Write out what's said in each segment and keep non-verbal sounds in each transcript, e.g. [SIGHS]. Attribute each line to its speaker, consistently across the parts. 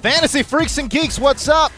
Speaker 1: Fantasy freaks and geeks, what's up?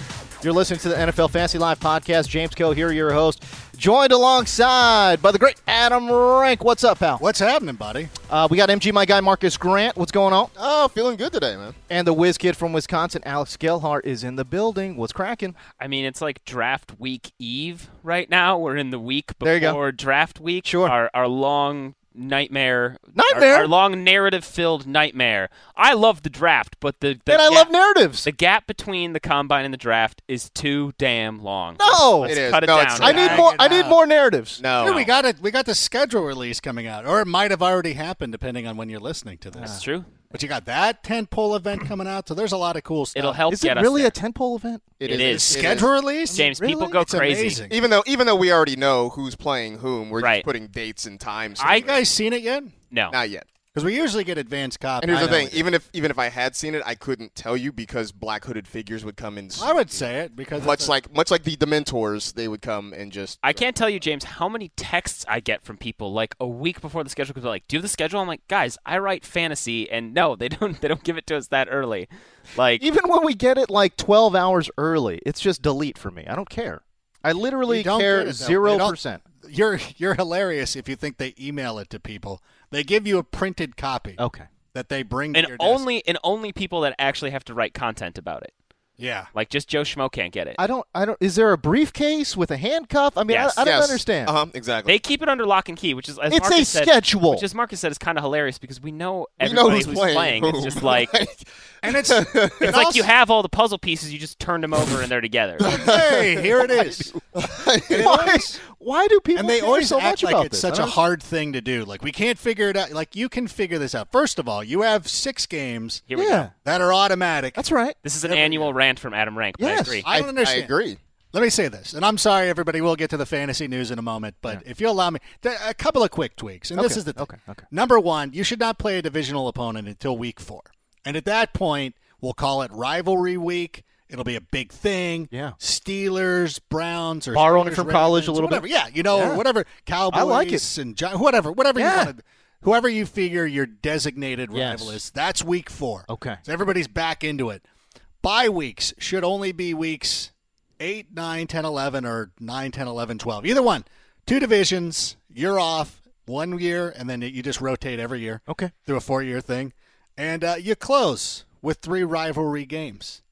Speaker 1: You're listening to the NFL Fantasy Live podcast. James Coe here, your host, joined alongside by the great Adam Rank. What's up, pal?
Speaker 2: What's happening, buddy?
Speaker 1: Uh, we got MG, my guy Marcus Grant. What's going on?
Speaker 2: Oh, feeling good today, man.
Speaker 1: And the whiz kid from Wisconsin, Alex Gelhart, is in the building. What's cracking?
Speaker 3: I mean, it's like draft week eve right now. We're in the week
Speaker 1: There you go.
Speaker 3: before draft week.
Speaker 1: Sure.
Speaker 3: Our, our long nightmare.
Speaker 1: Nightmare?
Speaker 3: Our, our long narrative filled nightmare. I love the draft, but the. the
Speaker 1: and I
Speaker 3: gap-
Speaker 1: love narratives.
Speaker 3: The gap between the combine and the draft is too damn long.
Speaker 1: No!
Speaker 3: Let's
Speaker 1: It
Speaker 3: let's
Speaker 2: is.
Speaker 3: cut it
Speaker 2: No,
Speaker 3: down.
Speaker 2: it's
Speaker 1: I
Speaker 2: not.
Speaker 1: need more. I need more narratives.
Speaker 2: No,
Speaker 3: Here
Speaker 2: we got it. We got the schedule release coming out, or it might have already happened, depending on when you're listening to this.
Speaker 3: That's
Speaker 1: Ah.
Speaker 3: true.
Speaker 2: But you got that ten pole event coming out, so there's a lot of cool stuff.
Speaker 3: It'll help
Speaker 1: Is
Speaker 3: get
Speaker 1: it really
Speaker 3: us
Speaker 1: a tentpole event?
Speaker 3: It is.
Speaker 2: schedule release.
Speaker 3: James, people
Speaker 2: Really?
Speaker 3: go
Speaker 2: It's
Speaker 3: crazy.
Speaker 2: amazing.
Speaker 4: Even though even though we already know who's playing whom, we're
Speaker 3: Right.
Speaker 4: just putting dates and times.
Speaker 3: I-
Speaker 2: you guys seen it yet?
Speaker 3: there. No.
Speaker 4: not yet.
Speaker 2: Because we usually get advanced copy.
Speaker 4: And here's
Speaker 2: I
Speaker 4: the thing:
Speaker 2: don't.
Speaker 4: even if even if I had seen it, I couldn't tell you because black hooded figures would come in. s-
Speaker 2: I would say it because it's
Speaker 4: much
Speaker 2: a-
Speaker 4: like much like the Dementors, they would come and just.
Speaker 3: I can't tell you, James, how many texts I get from people like a week before the schedule comes out. Like, do you have the schedule? I'm like, guys, I write fantasy, and no, they don't. [LAUGHS] They don't give it to us that early. Like,
Speaker 1: Even when we get it like 12 hours early, it's just delete for me. I don't care. I literally
Speaker 2: You don't
Speaker 1: care
Speaker 2: get it, though.
Speaker 1: zero
Speaker 2: They don't-
Speaker 1: percent.
Speaker 2: You're you're hilarious if you think they email it to people. They give you a printed copy
Speaker 1: Okay.
Speaker 2: that they bring to
Speaker 3: and
Speaker 2: your desk.
Speaker 3: only and only people that actually have to write content about it.
Speaker 2: yeah.
Speaker 3: Like, just Joe Schmo can't get it.
Speaker 1: I don't. I don't. Is there a briefcase with a handcuff? I mean,
Speaker 3: Yes.
Speaker 1: I, I don't
Speaker 4: Yes.
Speaker 1: understand.
Speaker 4: Uh-huh, exactly.
Speaker 3: They keep it under lock and key, which is as
Speaker 1: It's
Speaker 3: Marcus
Speaker 1: a
Speaker 3: said,
Speaker 1: schedule.
Speaker 3: Which, as Marcus said, is kind of hilarious because we know
Speaker 4: we know
Speaker 3: everybody
Speaker 4: who's, playing.
Speaker 3: It's
Speaker 1: [LAUGHS]
Speaker 4: whom.
Speaker 2: [LAUGHS]
Speaker 3: just like
Speaker 2: And it's it's
Speaker 3: it's like you have all the puzzle pieces. You just turn them over and they're together.
Speaker 2: Hey, here it is.
Speaker 4: [LAUGHS]
Speaker 2: [LAUGHS] And it
Speaker 1: why,
Speaker 2: always-
Speaker 1: why do people
Speaker 2: and they
Speaker 1: care
Speaker 2: always
Speaker 1: so
Speaker 2: act
Speaker 1: much
Speaker 2: like
Speaker 1: about
Speaker 2: it's
Speaker 1: this?
Speaker 2: such
Speaker 1: I
Speaker 2: a
Speaker 1: don't-
Speaker 2: hard thing to do. Like we can't figure it out. Like you can figure this out. First of all, you have six games
Speaker 3: Here we
Speaker 1: Yeah,
Speaker 3: go.
Speaker 2: that are automatic.
Speaker 1: that's right.
Speaker 3: This is an annual rant from Adam Rank. But I
Speaker 1: Yes.
Speaker 3: agree.
Speaker 2: I don't understand.
Speaker 4: I agree.
Speaker 2: Let me say this, and I'm sorry, everybody. We'll get to the fantasy news in a moment, but if you allow me, there are a couple of quick tweaks, and this
Speaker 1: Okay,
Speaker 2: is the thing.
Speaker 1: okay, okay.
Speaker 2: Number one, you should not play a divisional opponent until week four, and at that point, we'll call it rivalry week. It'll be a big thing.
Speaker 1: Yeah.
Speaker 2: Steelers, Browns, or
Speaker 1: Borrowing
Speaker 2: Steelers,
Speaker 1: from college a
Speaker 2: Ravens,
Speaker 1: little bit.
Speaker 2: whatever. Yeah, you know,
Speaker 1: Yeah.
Speaker 2: or whatever. Cowboys
Speaker 1: like it.
Speaker 2: and Gi- whatever, whatever
Speaker 1: Yeah.
Speaker 2: you want. to Whoever you figure your designated
Speaker 1: Yes.
Speaker 2: rival is, that's week four.
Speaker 1: Okay.
Speaker 2: So everybody's back into it. Bye weeks should only be weeks 8, 9, 10, 11, or 9, 10, 11, 12. Either one. Two divisions, you're off one year, and then you just rotate every year
Speaker 1: Okay.
Speaker 2: through a four year thing. And uh, you close with three rivalry games.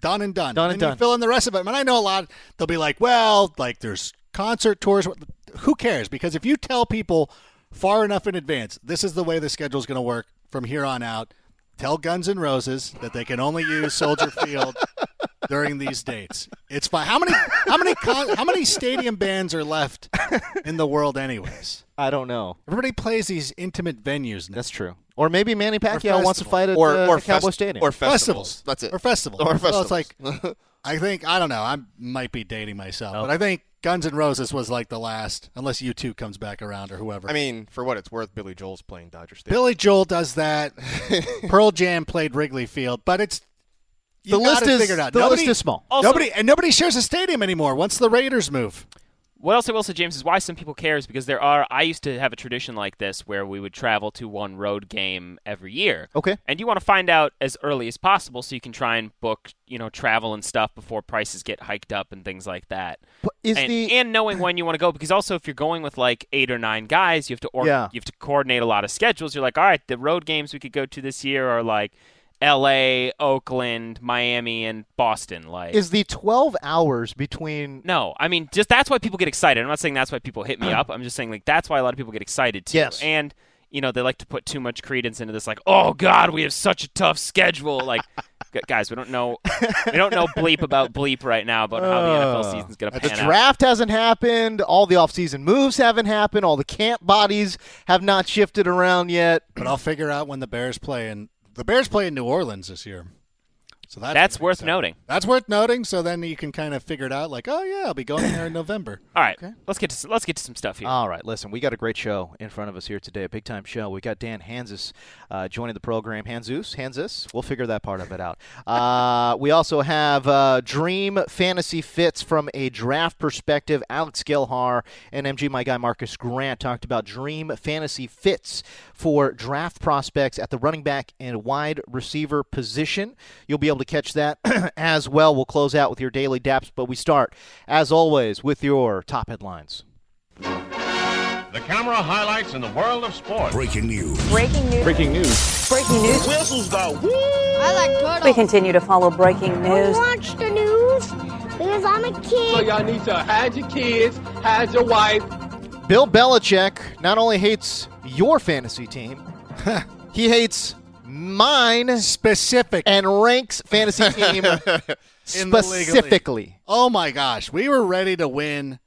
Speaker 2: Done and done.
Speaker 1: Done and
Speaker 2: you
Speaker 1: done.
Speaker 2: fill in the rest of it. And I know a lot, they'll be like, well, like there's concert tours. Who cares? Because if you tell people far enough in advance, this is the way the schedule's going to work
Speaker 1: [LAUGHS]
Speaker 2: from here on out, tell Guns N' Roses that they can only use Soldier Field during these dates. It's fine. How many how many con- how many stadium bands are left in the world anyways?
Speaker 1: I don't know.
Speaker 2: Everybody plays these intimate venues now.
Speaker 1: That's true. Or maybe Manny Pacquiao wants to
Speaker 2: festival.
Speaker 1: fight at
Speaker 4: or
Speaker 1: uh,
Speaker 4: or
Speaker 1: the Cowboy
Speaker 4: fest-
Speaker 1: Stadium.
Speaker 4: or festivals.
Speaker 2: festivals.
Speaker 4: That's it.
Speaker 2: Or festivals.
Speaker 4: Or
Speaker 2: So
Speaker 4: festivals.
Speaker 2: it's like I think I don't know. I might be dating myself, but I think Guns N' Roses was like the last, unless U two comes back around or
Speaker 4: [LAUGHS]
Speaker 2: whoever.
Speaker 4: I mean, for what it's worth, Billy Joel's playing Dodger Stadium.
Speaker 2: Billy Joel does [LAUGHS] that. Pearl Jam played Wrigley Field, but it's you
Speaker 1: the list
Speaker 2: gotta
Speaker 1: is
Speaker 2: figure it out.
Speaker 1: the
Speaker 2: nobody,
Speaker 1: list is small.
Speaker 3: Also-
Speaker 2: nobody and nobody shares a stadium anymore. Once the Raiders move,
Speaker 3: What else I will say, James, is why some people care is because there are. I used to have a tradition like this where we would travel to one road game every year.
Speaker 1: Okay.
Speaker 3: And you want to find out as early as possible so you can try and book, you know, travel and stuff before prices get hiked up and things like that.
Speaker 1: But is
Speaker 3: and,
Speaker 1: the
Speaker 3: and knowing when you want to go because also if you're going with like eight or nine guys, you have to or-
Speaker 1: Yeah.
Speaker 3: you have to coordinate a lot of schedules. You're like, all right, the road games we could go to this year are like L.A., Oakland, Miami, and Boston. Like,
Speaker 1: is the 12 hours between
Speaker 3: no, I mean, just that's why people get excited. I'm not saying that's why people hit
Speaker 1: [CLEARS THROAT]
Speaker 3: me up. I'm just saying like that's why a lot of people get excited too.
Speaker 1: Yes.
Speaker 3: And you know they like to put too much credence into this. Like, oh God, we have such a tough schedule. Like, [LAUGHS] gu- guys, we don't know, we don't know bleep about bleep right now about how the NFL season's gonna
Speaker 1: Uh, the
Speaker 3: pan out.
Speaker 1: draft hasn't happened, all the offseason moves haven't happened, all the camp bodies have not shifted around yet.
Speaker 2: but I'll figure out when the Bears play. And the Bears play in New Orleans this year, so that's,
Speaker 3: That's
Speaker 2: gonna be
Speaker 3: worth
Speaker 2: exciting.
Speaker 3: noting.
Speaker 2: That's worth noting. So then you can kind of figure it out. Like, oh yeah, I'll be going there in November.
Speaker 3: All right, let's get to s- let's get to some stuff here.
Speaker 1: All right, listen, we got a great show in front of us here today, a big time show. We got Dan Hansis uh, joining the program. Hansus, Hansis, we'll figure that part of it out. Uh, we also have uh, Dream Fantasy Fits from a draft perspective. Alex Gilhar and MG, my guy Marcus Grant, talked about Dream Fantasy Fits for draft prospects at the running back and wide receiver position. You'll be able to catch that [CLEARS THROAT] as well. We'll close out with your daily daps, but we start, as always, with your top headlines.
Speaker 5: The camera highlights in the world of sports.
Speaker 6: Breaking news.
Speaker 7: Breaking news.
Speaker 8: Breaking news.
Speaker 7: Breaking news.
Speaker 5: Whistles go woo.
Speaker 7: I like turtles. We continue to follow breaking news.
Speaker 9: watch the news because I'm a kid.
Speaker 1: Bill Belichick not only hates your fantasy team, he hates mine
Speaker 2: [LAUGHS] Specific.
Speaker 1: and ranks fantasy team
Speaker 2: In the league of
Speaker 1: specifically.
Speaker 2: Oh my gosh, we were ready to win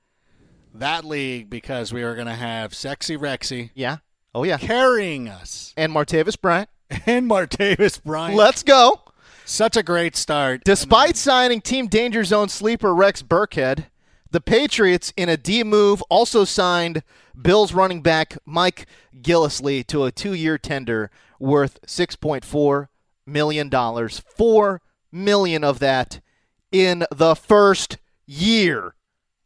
Speaker 2: that league because we were going to have Sexy Rexy
Speaker 1: Yeah. Oh yeah.
Speaker 2: carrying us
Speaker 1: And Martavis Bryant.
Speaker 2: and Martavis Bryant.
Speaker 1: Let's go.
Speaker 2: Such a great start.
Speaker 1: Despite signing Team Danger Zone sleeper Rex Burkhead, the Patriots in a D move also signed Bills running back Mike Gillisley to a two-year tender worth 6.4 million dollars. 4 million of that in the first year.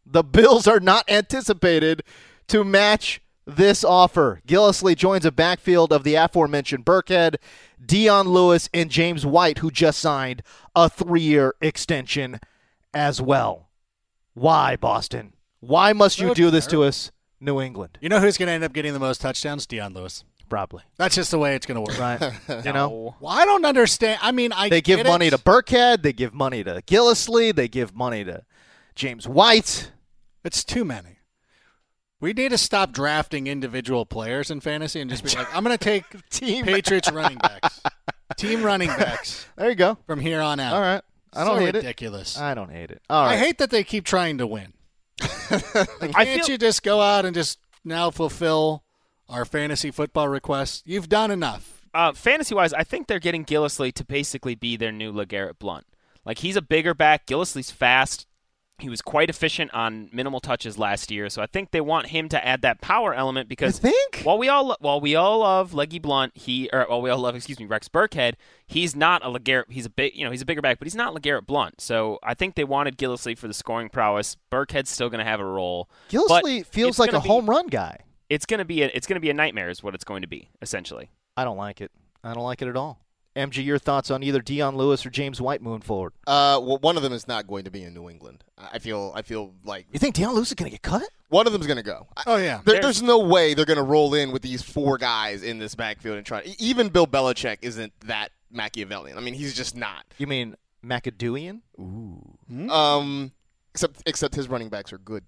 Speaker 1: The Bills are not anticipated to match this offer. Gillisley joins a backfield of the aforementioned Burkhead, Dion Lewis, and James White, who just signed a three year extension as well. Why, Boston? Why must you do this to us, New England?
Speaker 2: you know who's going to end up getting the most touchdowns? Deion Lewis.
Speaker 1: Probably.
Speaker 2: That's just the way it's going to work.
Speaker 1: Right. You know?
Speaker 2: Well, I don't understand. I mean, I
Speaker 1: They give
Speaker 2: get
Speaker 1: money
Speaker 2: it.
Speaker 1: to Burkhead, they give money to Gillisley, they give money to James White.
Speaker 2: It's too many. We need to stop drafting individual players in fantasy and just be like, I'm going
Speaker 1: [LAUGHS]
Speaker 2: to take
Speaker 1: Team.
Speaker 2: Patriots running backs, team running backs
Speaker 1: There you go.
Speaker 2: from here on out.
Speaker 1: All right. I
Speaker 2: so
Speaker 1: don't hate it.
Speaker 2: ridiculous.
Speaker 1: I don't hate it. All right.
Speaker 2: I hate that they keep trying to win. Like, can't
Speaker 3: I feel-
Speaker 2: you just go out and just now fulfill our fantasy football requests? You've done enough.
Speaker 3: Uh, fantasy wise, I think they're getting Gillisley to basically be their new LeGarrette Blunt. Like he's a bigger back. Gillisley's fast. He was quite efficient on minimal touches last year, so I think they want him to add that power element because
Speaker 1: think?
Speaker 3: while we all lo- while we all love Leggy Blunt, he or while we all love excuse me Rex Burkhead, he's not a LeGarrette. He's a big you know he's a bigger back, but he's not LeGarrette Blunt. So I think they wanted Gillisley for the scoring prowess. Burkhead's still going to have a role. but
Speaker 1: Gillisley feels
Speaker 3: it's
Speaker 1: like a
Speaker 3: gonna be-
Speaker 1: home run guy.
Speaker 3: It's going to be a, it's going to be a nightmare, is what it's going to be essentially.
Speaker 1: I don't like it. I don't like it at all. MG, your thoughts on either Dion Lewis or James White moving forward?
Speaker 4: Uh, well, one of them is not going to be in New England. I I feel. I feel like
Speaker 1: You think Dion Lewis is going to get cut?
Speaker 4: one of them's going to go. I-
Speaker 2: Oh yeah.
Speaker 4: There, there's no way they're going to roll in with these four guys in this backfield and try. e- Even Bill Belichick isn't that Machiavellian. I mean, he's just not.
Speaker 1: You mean McAdooian?
Speaker 4: Um, except except his running backs are good.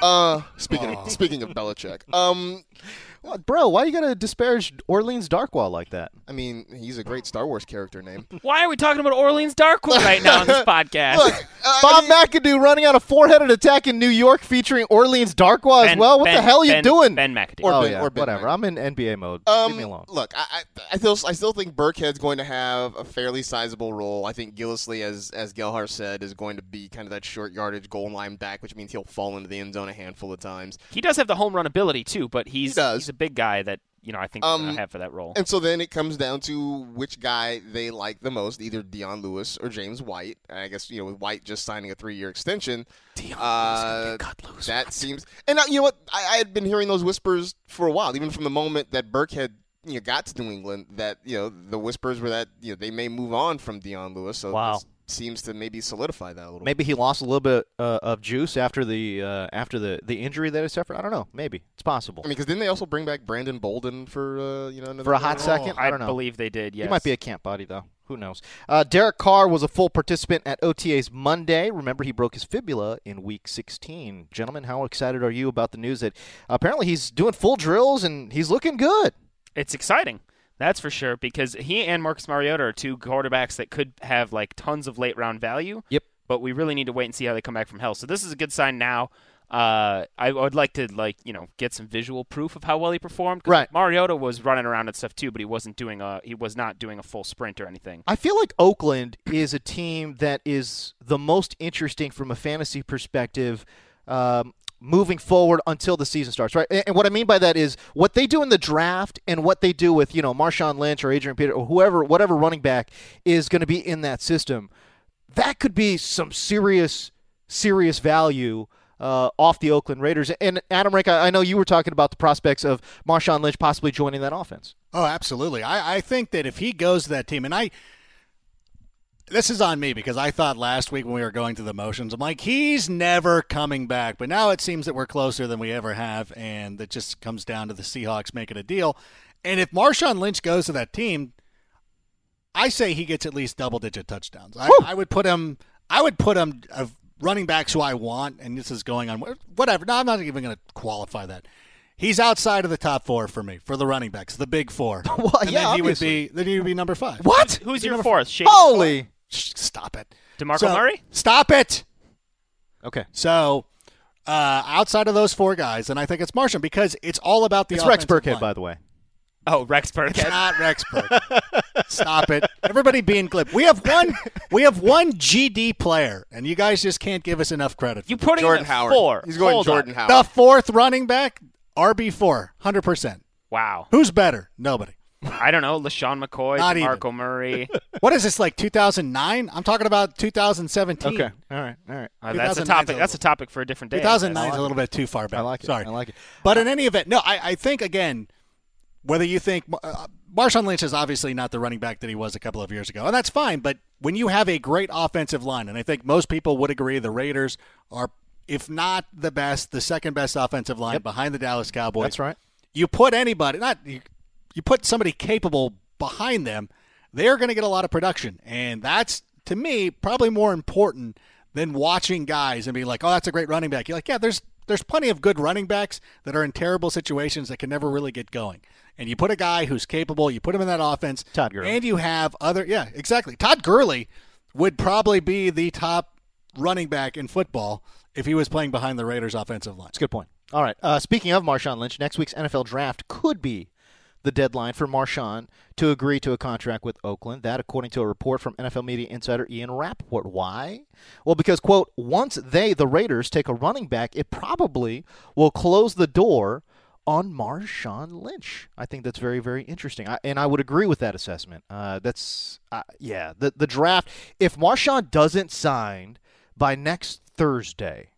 Speaker 4: Uh, speaking of, speaking of Belichick, um,
Speaker 1: Well, bro, why you gotta disparage Orleans Darkwall like [LAUGHS] that?
Speaker 4: I mean, he's a great Star Wars character name. Uh,
Speaker 3: Why are we talking about Orleans Darkwood right now on
Speaker 1: [LAUGHS]
Speaker 3: this podcast?
Speaker 4: Look, uh,
Speaker 1: Bob McAdoo running out a four-headed attack in New York featuring Orleans Darkwa as
Speaker 3: Ben-
Speaker 1: well. What
Speaker 3: Ben-
Speaker 1: the hell are you
Speaker 3: Ben-
Speaker 1: doing?
Speaker 3: Ben McAdoo.
Speaker 4: Or
Speaker 1: oh
Speaker 4: Ben-
Speaker 1: yeah,
Speaker 4: or Ben
Speaker 1: whatever.
Speaker 4: Mac-
Speaker 1: I'm in NBA mode.
Speaker 4: Um,
Speaker 1: Leave me alone.
Speaker 4: Look, I, I, I still, I still think Burkhead's going to have a fairly sizable role. I think Gillisley, as as Gelhar said, is going to be kind of that short yardage goal line back, which means he'll fall into the end zone a handful of times.
Speaker 3: He does have the home run ability too, but he's
Speaker 4: does.
Speaker 3: he's a big guy that you know I think
Speaker 4: Um,
Speaker 3: I have for that role.
Speaker 4: And so then it comes down to which guy they like the most, either Deion Lewis or James White. And I guess you know with White just signing a three-year extension, uh, that seems. And uh, you know what? I, I had been hearing those whispers for a while, even from the moment that Burkhead you know got to New England. That you know the whispers were that you know they may move on from Deion Lewis. So
Speaker 3: Wow.
Speaker 4: this seems to maybe solidify that a little.
Speaker 1: Maybe he lost a little bit uh, of juice after the uh, after the, the injury that he suffered. I don't know. Maybe it's possible.
Speaker 4: bit. I mean, because didn't they also bring back Brandon Bolden for uh, you know another
Speaker 1: For a hot
Speaker 4: year?
Speaker 1: second, I don't know.
Speaker 3: Oh, believe they did. Yes,
Speaker 1: He might be a camp body though. Who knows? Uh, Derek Carr was a full participant at OTA's Monday. Remember, he broke his fibula in Week 16. Gentlemen, how excited are you about the news that apparently he's doing full drills and he's looking good?
Speaker 3: it's exciting. That's for sure because he and Marcus Mariota are two quarterbacks that could have like tons of late round value.
Speaker 1: Yep.
Speaker 3: But we really need to wait and see how they come back from hell. So this is a good sign now. Uh, I would like to like you know get some visual proof of how well he performed. 'cause
Speaker 1: Right.
Speaker 3: Mariota was running around and stuff too, but he wasn't doing a he was not doing a full sprint or
Speaker 1: [LAUGHS]
Speaker 3: anything.
Speaker 1: I feel like Oakland is a team that is the most interesting from a fantasy perspective um, moving forward until the season starts, right? And, and what I mean by that is what they do in the draft and what they do with, you know, Marshawn Lynch or Adrian Peter or whoever, whatever running back is going to be in that system. That could be some serious, serious value. Uh, off the Oakland Raiders and Adam Rank, I I know you were talking about the prospects of Marshawn Lynch possibly joining that offense.
Speaker 2: Oh, absolutely. I, I think that if he goes to that team, and I, this is on me because I thought last week when we were going through the motions, I'm like, he's never coming back. But now it seems that we're closer than we ever have, and that just comes down to the Seahawks making a deal. And if Marshawn Lynch goes to that team, I say he gets at least double digit touchdowns. I, I would put him. I would put him of running backs who I want, and this is going on whatever. No, I'm not even going to qualify that. He's outside of the top four for me for the running backs, the big four.
Speaker 1: [LAUGHS] Well,
Speaker 2: and
Speaker 1: yeah,
Speaker 2: then he
Speaker 1: obviously.
Speaker 2: would be. Then he would be number five.
Speaker 1: What?
Speaker 3: Who's your fourth? Shane?
Speaker 1: Holy!
Speaker 2: Shh, Stop it,
Speaker 3: Demarco
Speaker 2: So-
Speaker 3: Murray.
Speaker 2: Stop it.
Speaker 1: Okay.
Speaker 2: So. Uh, outside of those four guys, and I think it's Martian because it's all about the.
Speaker 1: It's Rex
Speaker 2: offensive
Speaker 1: Burkhead,
Speaker 2: line.
Speaker 1: by the way.
Speaker 3: Oh, Rex Burkhead.
Speaker 2: It's not Rex Burkhead.
Speaker 1: [LAUGHS]
Speaker 2: Stop it. Everybody being glib. We have one we have one GD player, and you guys just can't give us enough credit.
Speaker 3: You put him
Speaker 4: Jordan
Speaker 3: at
Speaker 4: Howard.
Speaker 3: four.
Speaker 4: He's going
Speaker 3: Hold
Speaker 4: Jordan
Speaker 3: on.
Speaker 4: Howard.
Speaker 2: the fourth running back, RB four, hundred percent.
Speaker 3: Wow.
Speaker 2: Who's better? Nobody.
Speaker 3: I don't know. LaShawn McCoy,
Speaker 2: Not even.
Speaker 3: Marco Murray.
Speaker 2: What is this like two thousand nine? I'm talking about two thousand seventeen.
Speaker 1: Okay. All right. All right.
Speaker 3: Uh, that's a
Speaker 2: 2009's
Speaker 3: topic. That's a topic for a different day. I guess.
Speaker 2: 2009 is a little bit too far back.
Speaker 1: I like it.
Speaker 2: Sorry.
Speaker 1: I like it.
Speaker 2: But in any event, no, I, I think, again, whether you think uh, Marshawn Lynch is obviously not the running back that he was a couple of years ago, and that's fine. But when you have a great offensive line, and I think most people would agree the Raiders are, if not the best, the second best offensive line behind the Dallas Cowboys.
Speaker 1: That's right.
Speaker 2: You put anybody, not you, you put somebody capable behind them, they're going to get a lot of production. And that's, to me, probably more important than watching guys and being like, oh, that's a great running back. You're like, yeah, there's there's plenty of good running backs that are in terrible situations that can never really get going. And you put a guy who's capable, you put him in that offense.
Speaker 1: Todd Gurley.
Speaker 2: And you have other, yeah, exactly. Todd Gurley would probably be the top running back in football if he was playing behind the Raiders' offensive line.
Speaker 1: That's a good point. All right. Uh, speaking of Marshawn Lynch, next week's NFL draft could be the deadline for Marshawn to agree to a contract with Oakland. That, according to a report from NFL media insider Ian Rappaport. Why? Well, because, quote, once they, the Raiders, take a running back, it probably will close the door on Marshawn Lynch. I think that's very, very interesting. I, and I would agree with that assessment. Uh, that's, uh, yeah, the, the draft. If Marshawn doesn't sign by next Thursday,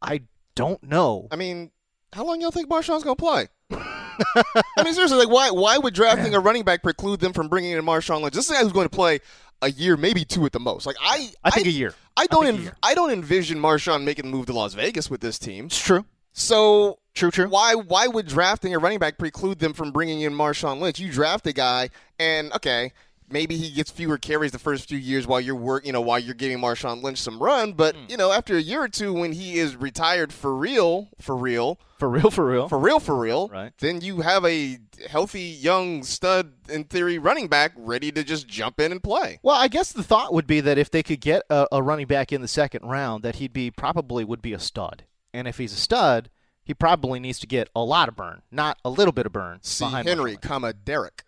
Speaker 1: I don't know.
Speaker 4: I mean, how long y'all think Marshawn's gonna play? I mean, seriously, like, why why would drafting a running back preclude them from bringing in Marshawn Lynch? This is a guy who's going to play a year, maybe two at the most. Like, I
Speaker 1: I think a year.
Speaker 4: I
Speaker 1: I
Speaker 4: don't
Speaker 1: think a
Speaker 4: env-
Speaker 1: year.
Speaker 4: I don't envision Marshawn making the move to Las Vegas with this team.
Speaker 1: It's true.
Speaker 4: So
Speaker 1: True, true.
Speaker 4: Why why would drafting a running back preclude them from bringing in Marshawn Lynch? You draft a guy, and okay, maybe he gets fewer carries the first few years while you're work, you know, while you're giving Marshawn Lynch some run. But
Speaker 1: Hmm.
Speaker 4: you know, after a year or two, when he is retired for real, for real,
Speaker 1: For real, for real.
Speaker 4: for real, for real,
Speaker 1: Oh. Right.
Speaker 4: then you have a healthy young stud in theory running back ready to just jump in and play.
Speaker 1: Well, I guess the thought would be that if they could get a, a running back in the second round, that he'd be probably would be a stud. And if he's a stud, he probably needs to get a lot of burn, not a little bit of burn.
Speaker 4: See
Speaker 1: behind
Speaker 4: Henry,
Speaker 1: Marshawn.
Speaker 4: comma Derek.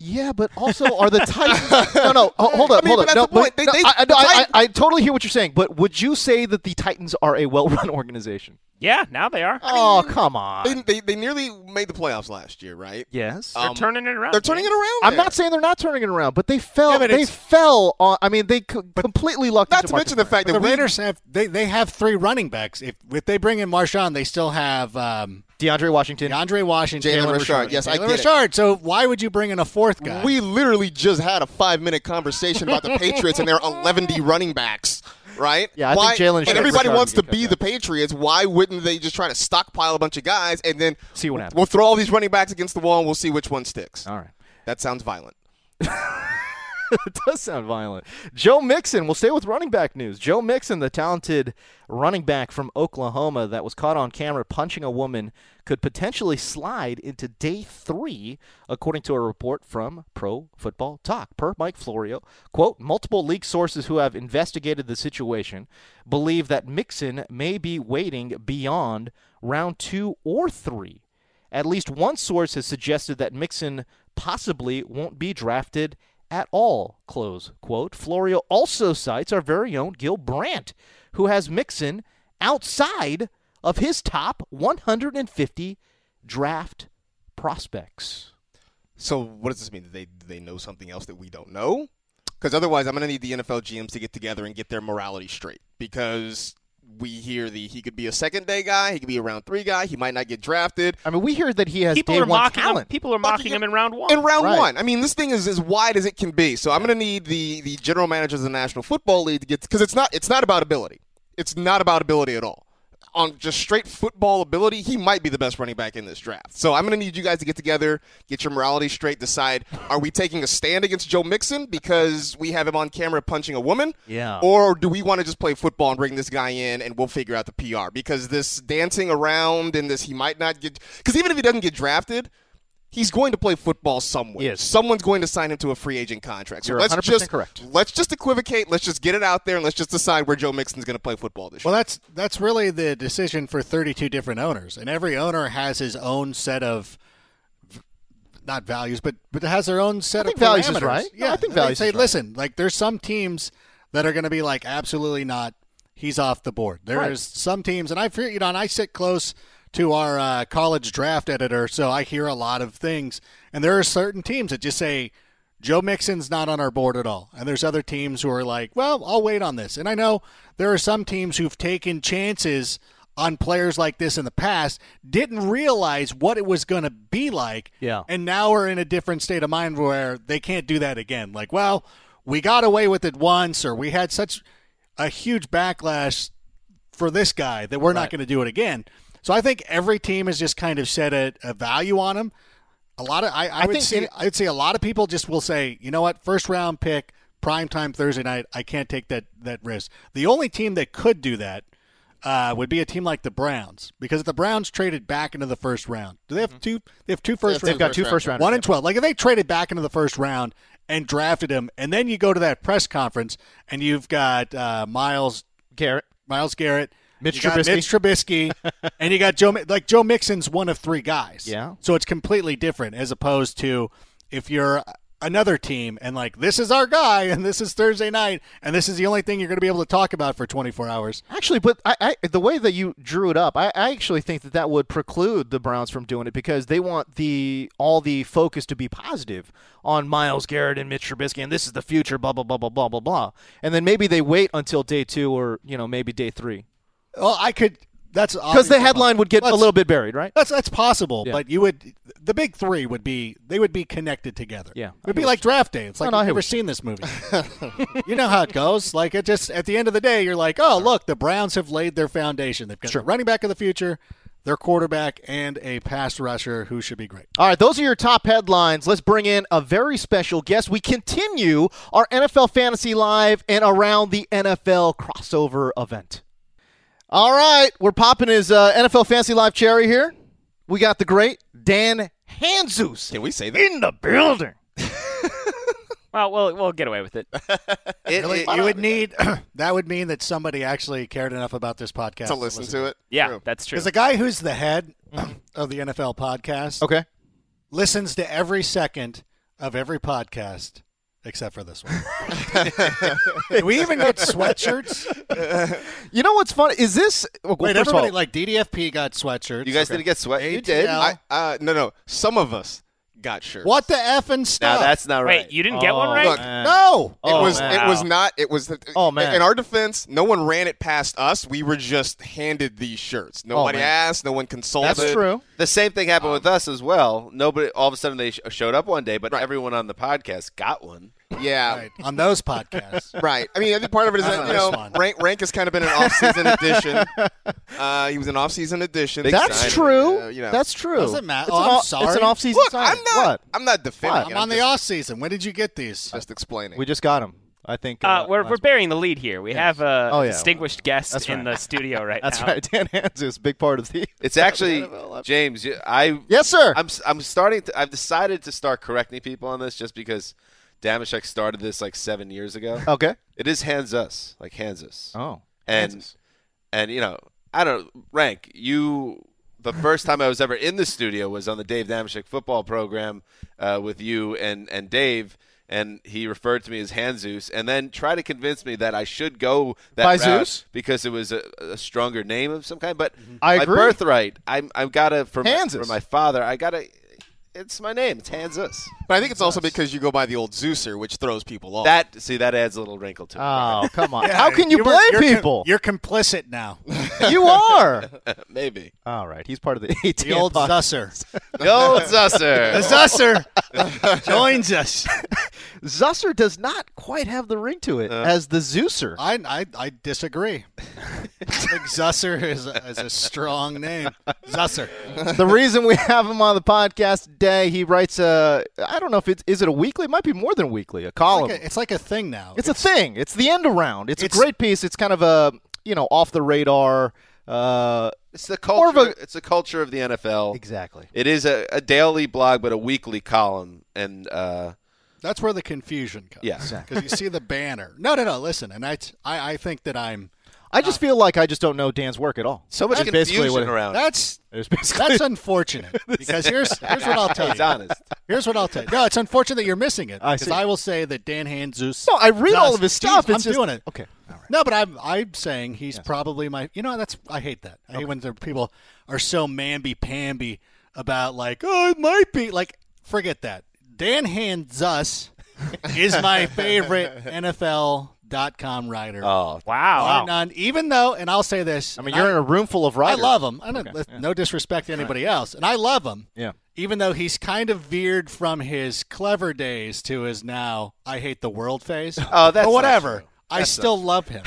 Speaker 1: Yeah, but also
Speaker 4: [LAUGHS]
Speaker 1: are the Titans? no, no. ho- Hold
Speaker 4: I
Speaker 1: up,
Speaker 4: mean,
Speaker 1: hold up.
Speaker 4: but that's
Speaker 1: No,
Speaker 4: the
Speaker 1: but-
Speaker 4: point. They-
Speaker 1: no,
Speaker 4: they-
Speaker 1: I, I- no,
Speaker 4: the
Speaker 1: I,
Speaker 4: Titan-
Speaker 1: I, I totally hear what you're saying. But would you say that the Titans are a well-run [LAUGHS] organization?
Speaker 3: Yeah, now they are.
Speaker 1: oh, come on.
Speaker 4: They, they, they nearly made the playoffs last year, right?
Speaker 1: yes.
Speaker 3: They're
Speaker 4: Um,
Speaker 3: turning it around.
Speaker 4: They're turning
Speaker 3: man.
Speaker 4: it around.
Speaker 1: I'm
Speaker 4: there.
Speaker 1: not saying they're not turning it around, but they fell.
Speaker 2: Yeah, but
Speaker 1: they
Speaker 2: it's-
Speaker 1: fell on. I mean, they co- completely lucked.
Speaker 4: Not
Speaker 1: into
Speaker 4: to mention the
Speaker 1: Marcus
Speaker 4: fact
Speaker 2: But
Speaker 4: that
Speaker 2: the
Speaker 4: we-
Speaker 2: Raiders have they, they have three running backs. If if they bring in Marshawn, they still have
Speaker 1: Martin.
Speaker 2: um,
Speaker 1: DeAndre Washington.
Speaker 2: DeAndre Washington,
Speaker 4: Jalen
Speaker 2: Taylor
Speaker 4: Richard.
Speaker 2: Richard.
Speaker 4: Yes, I
Speaker 2: Taylor
Speaker 4: get it.
Speaker 2: Richard. So why would you bring in a fourth guy?
Speaker 4: We literally just had a five minute conversation about the Patriots and their 11 D running backs, right?
Speaker 1: Yeah, I think
Speaker 4: Why-
Speaker 1: Jalen should-
Speaker 4: And everybody
Speaker 1: Richard
Speaker 4: wants to
Speaker 1: would get
Speaker 4: be the Patriots. Why wouldn't they just try to stockpile a bunch of guys and then
Speaker 1: See what Uh. happens.
Speaker 4: We'll throw all these running backs against the wall and we'll see which one sticks.
Speaker 1: All right.
Speaker 4: That sounds violent.
Speaker 1: [LAUGHS] it does sound violent. Joe Mixon. We'll stay with running back news. Joe Mixon, the talented running back from Oklahoma that was caught on camera punching a woman, could potentially slide into day three, according to a report from Pro Football Talk. Per Mike Florio, quote, multiple league sources who have investigated the situation believe that Mixon may be waiting beyond round two or three. At least one source has suggested that Mixon possibly won't be drafted at all. Close quote. Florio also cites our very own Gil Brandt, who has Mixon outside of his top 150 draft prospects.
Speaker 4: So, what does this mean? Do they, do they know something else that we don't know? Because otherwise, I'm going to need the NFL GMs to get together and get their morality straight. Because we hear the he could be a second day guy, he could be a round three guy, he might not get drafted.
Speaker 1: I mean, we hear that he has
Speaker 3: People
Speaker 1: day
Speaker 3: are
Speaker 1: one
Speaker 3: mocking him.
Speaker 1: talent.
Speaker 3: People are
Speaker 4: Fucking
Speaker 3: mocking him in round one.
Speaker 4: In round
Speaker 1: Right.
Speaker 4: one. I mean, this thing is as wide as it can be. So I'm going to need the the general managers of the National Football League to get because it's not it's not about ability. It's not about ability at all. On just straight football ability, he might be the best running back in this draft. So I'm going to need you guys to get together, get your morality straight, decide are we taking a stand against Joe Mixon because we have him on camera punching a woman?
Speaker 1: Yeah.
Speaker 4: Or do we want to just play football and bring this guy in and we'll figure out the PR? Because this dancing around and this, he might not get. Because even if he doesn't get drafted, he's going to play football somewhere.
Speaker 1: Yes.
Speaker 4: Someone's going to sign him to a free agent contract. So
Speaker 1: You're
Speaker 4: let's
Speaker 1: 100%
Speaker 4: just
Speaker 1: correct.
Speaker 4: let's just equivocate. Let's just get it out there and let's just decide where Joe Mixon's going to play football this year.
Speaker 2: Well, that's that's really the decision for 32 different owners, and every owner has his own set of v- not values, but but has their own set
Speaker 1: I think
Speaker 2: of
Speaker 1: values is
Speaker 2: parameters.
Speaker 1: right. No,
Speaker 2: Yeah,
Speaker 1: I think
Speaker 2: they
Speaker 1: values
Speaker 2: say,
Speaker 1: is right.
Speaker 2: listen, like there's some teams that are going to be like, absolutely not, he's off the board. There's
Speaker 1: Right.
Speaker 2: some teams, and I fear you know, and I sit close to our uh, college draft editor, so I hear a lot of things, and there are certain teams that just say. Joe Mixon's not on our board at all. And there's other teams who are like, well, I'll wait on this. And I know there are some teams who've taken chances on players like this in the past, didn't realize what it was going to be like.
Speaker 1: Yeah.
Speaker 2: And now are in a different state of mind where they can't do that again. Like, well, we got away with it once, or we had such a huge backlash for this guy that we're not going to do it again. So I think every team has just kind of set a, a value on him. A lot of I, I, would
Speaker 1: think
Speaker 2: see
Speaker 1: in-
Speaker 2: I'd see a lot of people just will say, you know what, first round pick, prime time Thursday night, I can't take that that risk. The only team that could do that uh, would be a team like the Browns because if the Browns traded back into the first round, do they have two? They have two first.
Speaker 4: They have
Speaker 2: round-
Speaker 4: two They've got first
Speaker 1: first
Speaker 4: two
Speaker 1: rounders.
Speaker 2: One and twelve. Like if they traded back into the first round and drafted him, and then you go to that press conference and you've got uh, Miles
Speaker 1: Garrett.
Speaker 2: Miles Garrett,
Speaker 1: Mitch
Speaker 2: you got
Speaker 1: Trubisky.
Speaker 2: Mitch Trubisky, and you got Joe. Mi- Like Joe Mixon's one of three guys.
Speaker 1: Yeah.
Speaker 2: So it's completely different as opposed to if you're another team and like this is our guy and this is Thursday night and this is the only thing you're going to be able to talk about for 24 hours.
Speaker 1: Actually, but I, I the way that you drew it up, I, I actually think that that would preclude the Browns from doing it because they want the all the focus to be positive on Miles Garrett and Mitch Trubisky, and this is the future, blah blah blah blah blah blah blah. And then maybe they wait until day two or you know maybe day three
Speaker 2: Well, I could. That's
Speaker 1: because the
Speaker 2: obviously-
Speaker 1: headline would get a
Speaker 2: Let's-
Speaker 1: little bit buried, right?
Speaker 2: That's that's possible,
Speaker 1: Yeah.
Speaker 2: but you would the big three would be they would be connected together.
Speaker 1: Yeah.
Speaker 2: it would be like draft day. It's like
Speaker 1: no, I
Speaker 2: I've
Speaker 1: hear
Speaker 2: never
Speaker 1: what
Speaker 2: seen this movie. [LAUGHS]
Speaker 1: [LAUGHS]
Speaker 2: you know how it goes. Like it just at the end of the day, you're like, oh look, the Browns have laid their foundation. They've got the running back of the future. their quarterback, and a pass rusher who should be great.
Speaker 1: All right, those are your top headlines. Let's bring in a very special guest. We continue our NFL Fantasy Live and around the NFL crossover event. All right, we're popping his uh, NFL Fantasy Live cherry here. We got the great Dan Hanzus
Speaker 4: Can we say that?
Speaker 1: in the building.
Speaker 3: Well, we'll we'll get away with
Speaker 1: [LAUGHS]
Speaker 3: it.
Speaker 4: It-
Speaker 2: Really,
Speaker 4: it-
Speaker 2: you would need that would mean that somebody actually cared enough about this podcast
Speaker 4: to listen to it.
Speaker 3: Yeah,
Speaker 4: True.
Speaker 3: that's true.
Speaker 2: Because the guy who's the head [CLEARS THROAT] of the NFL podcast
Speaker 1: Okay.
Speaker 2: listens to every second of every podcast except for this one.
Speaker 4: [LAUGHS]
Speaker 2: Do we
Speaker 1: [LAUGHS]
Speaker 2: even get sweatshirts?
Speaker 1: You know what's funny? Is this. oh, well,
Speaker 2: Wait,
Speaker 1: first of
Speaker 2: everybody
Speaker 1: all-
Speaker 2: like DDFP got sweatshirts.
Speaker 4: You guys didn't get sweat. You did. I,
Speaker 2: ATL.
Speaker 4: uh, no, no. Some of us got shirts.
Speaker 2: what the f and
Speaker 4: Now
Speaker 2: stuff?
Speaker 4: that's not
Speaker 3: Wait,
Speaker 4: right.
Speaker 3: you didn't get one
Speaker 1: Oh,
Speaker 3: right?
Speaker 4: Look,
Speaker 1: man.
Speaker 2: no.
Speaker 4: it
Speaker 1: Oh,
Speaker 4: was.
Speaker 1: man.
Speaker 4: It was not. It was. The,
Speaker 1: Oh, man.
Speaker 4: In our defense, no one ran it past us. We were just handed these shirts. Nobody
Speaker 1: Oh, man.
Speaker 4: asked. No one consulted.
Speaker 1: That's true.
Speaker 6: The same thing happened with
Speaker 4: Um,
Speaker 6: us as well. Nobody, all of a sudden, they sh- showed up one day, but everyone on the podcast got one.
Speaker 4: Yeah.
Speaker 2: Right, on those podcasts.
Speaker 4: Right. I mean, I think part of it is
Speaker 2: That's
Speaker 4: that
Speaker 2: a
Speaker 4: you
Speaker 2: nice
Speaker 4: know
Speaker 2: one.
Speaker 4: rank rank has kind of been an
Speaker 6: [LAUGHS]
Speaker 4: off season addition. Uh, he was an off season addition.
Speaker 1: That's
Speaker 4: Signing,
Speaker 1: true.
Speaker 4: uh, you know.
Speaker 1: That's true.
Speaker 2: Doesn't matter.
Speaker 1: It's
Speaker 2: Oh,
Speaker 1: an
Speaker 2: I'm
Speaker 1: off- It's
Speaker 2: sorry.
Speaker 1: an off-season
Speaker 4: Look,
Speaker 1: signing.
Speaker 4: I'm not.
Speaker 1: What?
Speaker 4: I'm not defending.
Speaker 1: What?
Speaker 4: it.
Speaker 2: I'm on the
Speaker 4: just,
Speaker 2: off season. When did you get these?
Speaker 4: just explaining.
Speaker 1: We just got him. I think.
Speaker 3: Uh, we're,
Speaker 1: last
Speaker 3: we're burying the lead here. We have a
Speaker 1: Oh, yeah.
Speaker 3: distinguished guest
Speaker 1: That's
Speaker 3: in
Speaker 1: right.
Speaker 3: the studio right
Speaker 1: [LAUGHS] That's
Speaker 3: now.
Speaker 1: right. Dan Hansus, big part of the.
Speaker 6: It's actually James. you- I
Speaker 1: Yes, sir.
Speaker 6: I'm s- I'm starting to. I've decided to start correcting people on this just because Damashek started this like seven years ago.
Speaker 1: okay.
Speaker 6: It is hands us, like hands us,
Speaker 1: Oh.
Speaker 6: and and you know I don't rank you. The first time I was ever in the studio was on the Dave Damashek football program uh, with you and and Dave. And he referred to me as Hanzus, and then tried to convince me that I should go that
Speaker 1: By
Speaker 6: route
Speaker 1: Zeus?
Speaker 6: because it was a, a stronger name of some kind. But
Speaker 1: I
Speaker 6: my
Speaker 1: agree.
Speaker 6: birthright, I'm I've got to for my,
Speaker 1: Hanzus.
Speaker 6: for my father. I got to. It's my name. It's Hanzus.
Speaker 4: but I think it's also because you go by the old Zeuser, which throws people off.
Speaker 6: That see that adds a little wrinkle to it.
Speaker 1: Oh, come on.
Speaker 2: Yeah,
Speaker 1: How can you,
Speaker 2: were-
Speaker 1: blame
Speaker 2: you're com-
Speaker 1: people?
Speaker 2: you're complicit [LAUGHS] now.
Speaker 1: you are.
Speaker 6: Maybe.
Speaker 1: All right. He's part of the ATL.
Speaker 2: The old
Speaker 1: pod-
Speaker 2: Zusser.
Speaker 4: [LAUGHS]
Speaker 6: No,
Speaker 2: The
Speaker 6: Zusser.
Speaker 2: Zusser joins us.
Speaker 1: Zusser does not quite have the ring to it as the Zeuser.
Speaker 2: [LAUGHS] I, I, I disagree. I think Zusser is a, is a strong name. Zusser.
Speaker 1: the reason we have him on the podcast today, he writes a. I don't know if it's is it a weekly. It might be more than weekly. A column.
Speaker 2: Like a- it's like a thing now.
Speaker 1: It's a thing. It's the end around. It's,
Speaker 2: It's-
Speaker 1: a great piece. It's kind of a you know off the radar. Uh,
Speaker 6: It's the
Speaker 1: More of
Speaker 6: culture. it's the culture of the NFL.
Speaker 1: exactly.
Speaker 6: It is a, a daily blog, but a weekly column, and uh,
Speaker 2: That's where the confusion comes.
Speaker 6: Yeah.
Speaker 2: [LAUGHS] Because you see the banner. No, no, no. Listen, and I, I, I think that I'm.
Speaker 1: I just feel like I just don't know Dan's work at all.
Speaker 6: so much
Speaker 1: That's
Speaker 6: confusion
Speaker 1: basically what it-
Speaker 6: around. it.
Speaker 2: That's
Speaker 1: It's basically [LAUGHS]
Speaker 2: that's unfortunate. Because here's here's what I'll tell
Speaker 6: He's
Speaker 2: you.
Speaker 6: honest.
Speaker 2: Here's what I'll tell you. No, it's unfortunate that you're missing it.
Speaker 1: I
Speaker 2: Because
Speaker 1: see.
Speaker 2: I will say that Dan [LAUGHS] Hanzus.
Speaker 1: No, I read all of his stuff.
Speaker 2: I'm
Speaker 1: It's just-
Speaker 2: doing it.
Speaker 1: Okay. All right.
Speaker 2: No, but I'm I'm saying he's probably my. You know, that's I hate that. I hate when the people are so mamby pamby about like, oh, it might be like. Forget that. Dan
Speaker 1: [LAUGHS]
Speaker 2: Hanzus is my favorite NFL.com writer.
Speaker 6: Oh,
Speaker 2: Bar
Speaker 3: Wow.
Speaker 2: none. Even though, and I'll say this.
Speaker 1: I mean, you're in a room full of writers.
Speaker 2: I love him. I don't, No disrespect to anybody else, and I love him.
Speaker 1: Yeah.
Speaker 2: Even though he's kind of veered from his clever days to his now, I hate the world phase.
Speaker 6: [LAUGHS] Oh, that's not
Speaker 2: but whatever.
Speaker 6: true.
Speaker 2: I still love
Speaker 6: [LAUGHS]
Speaker 2: him.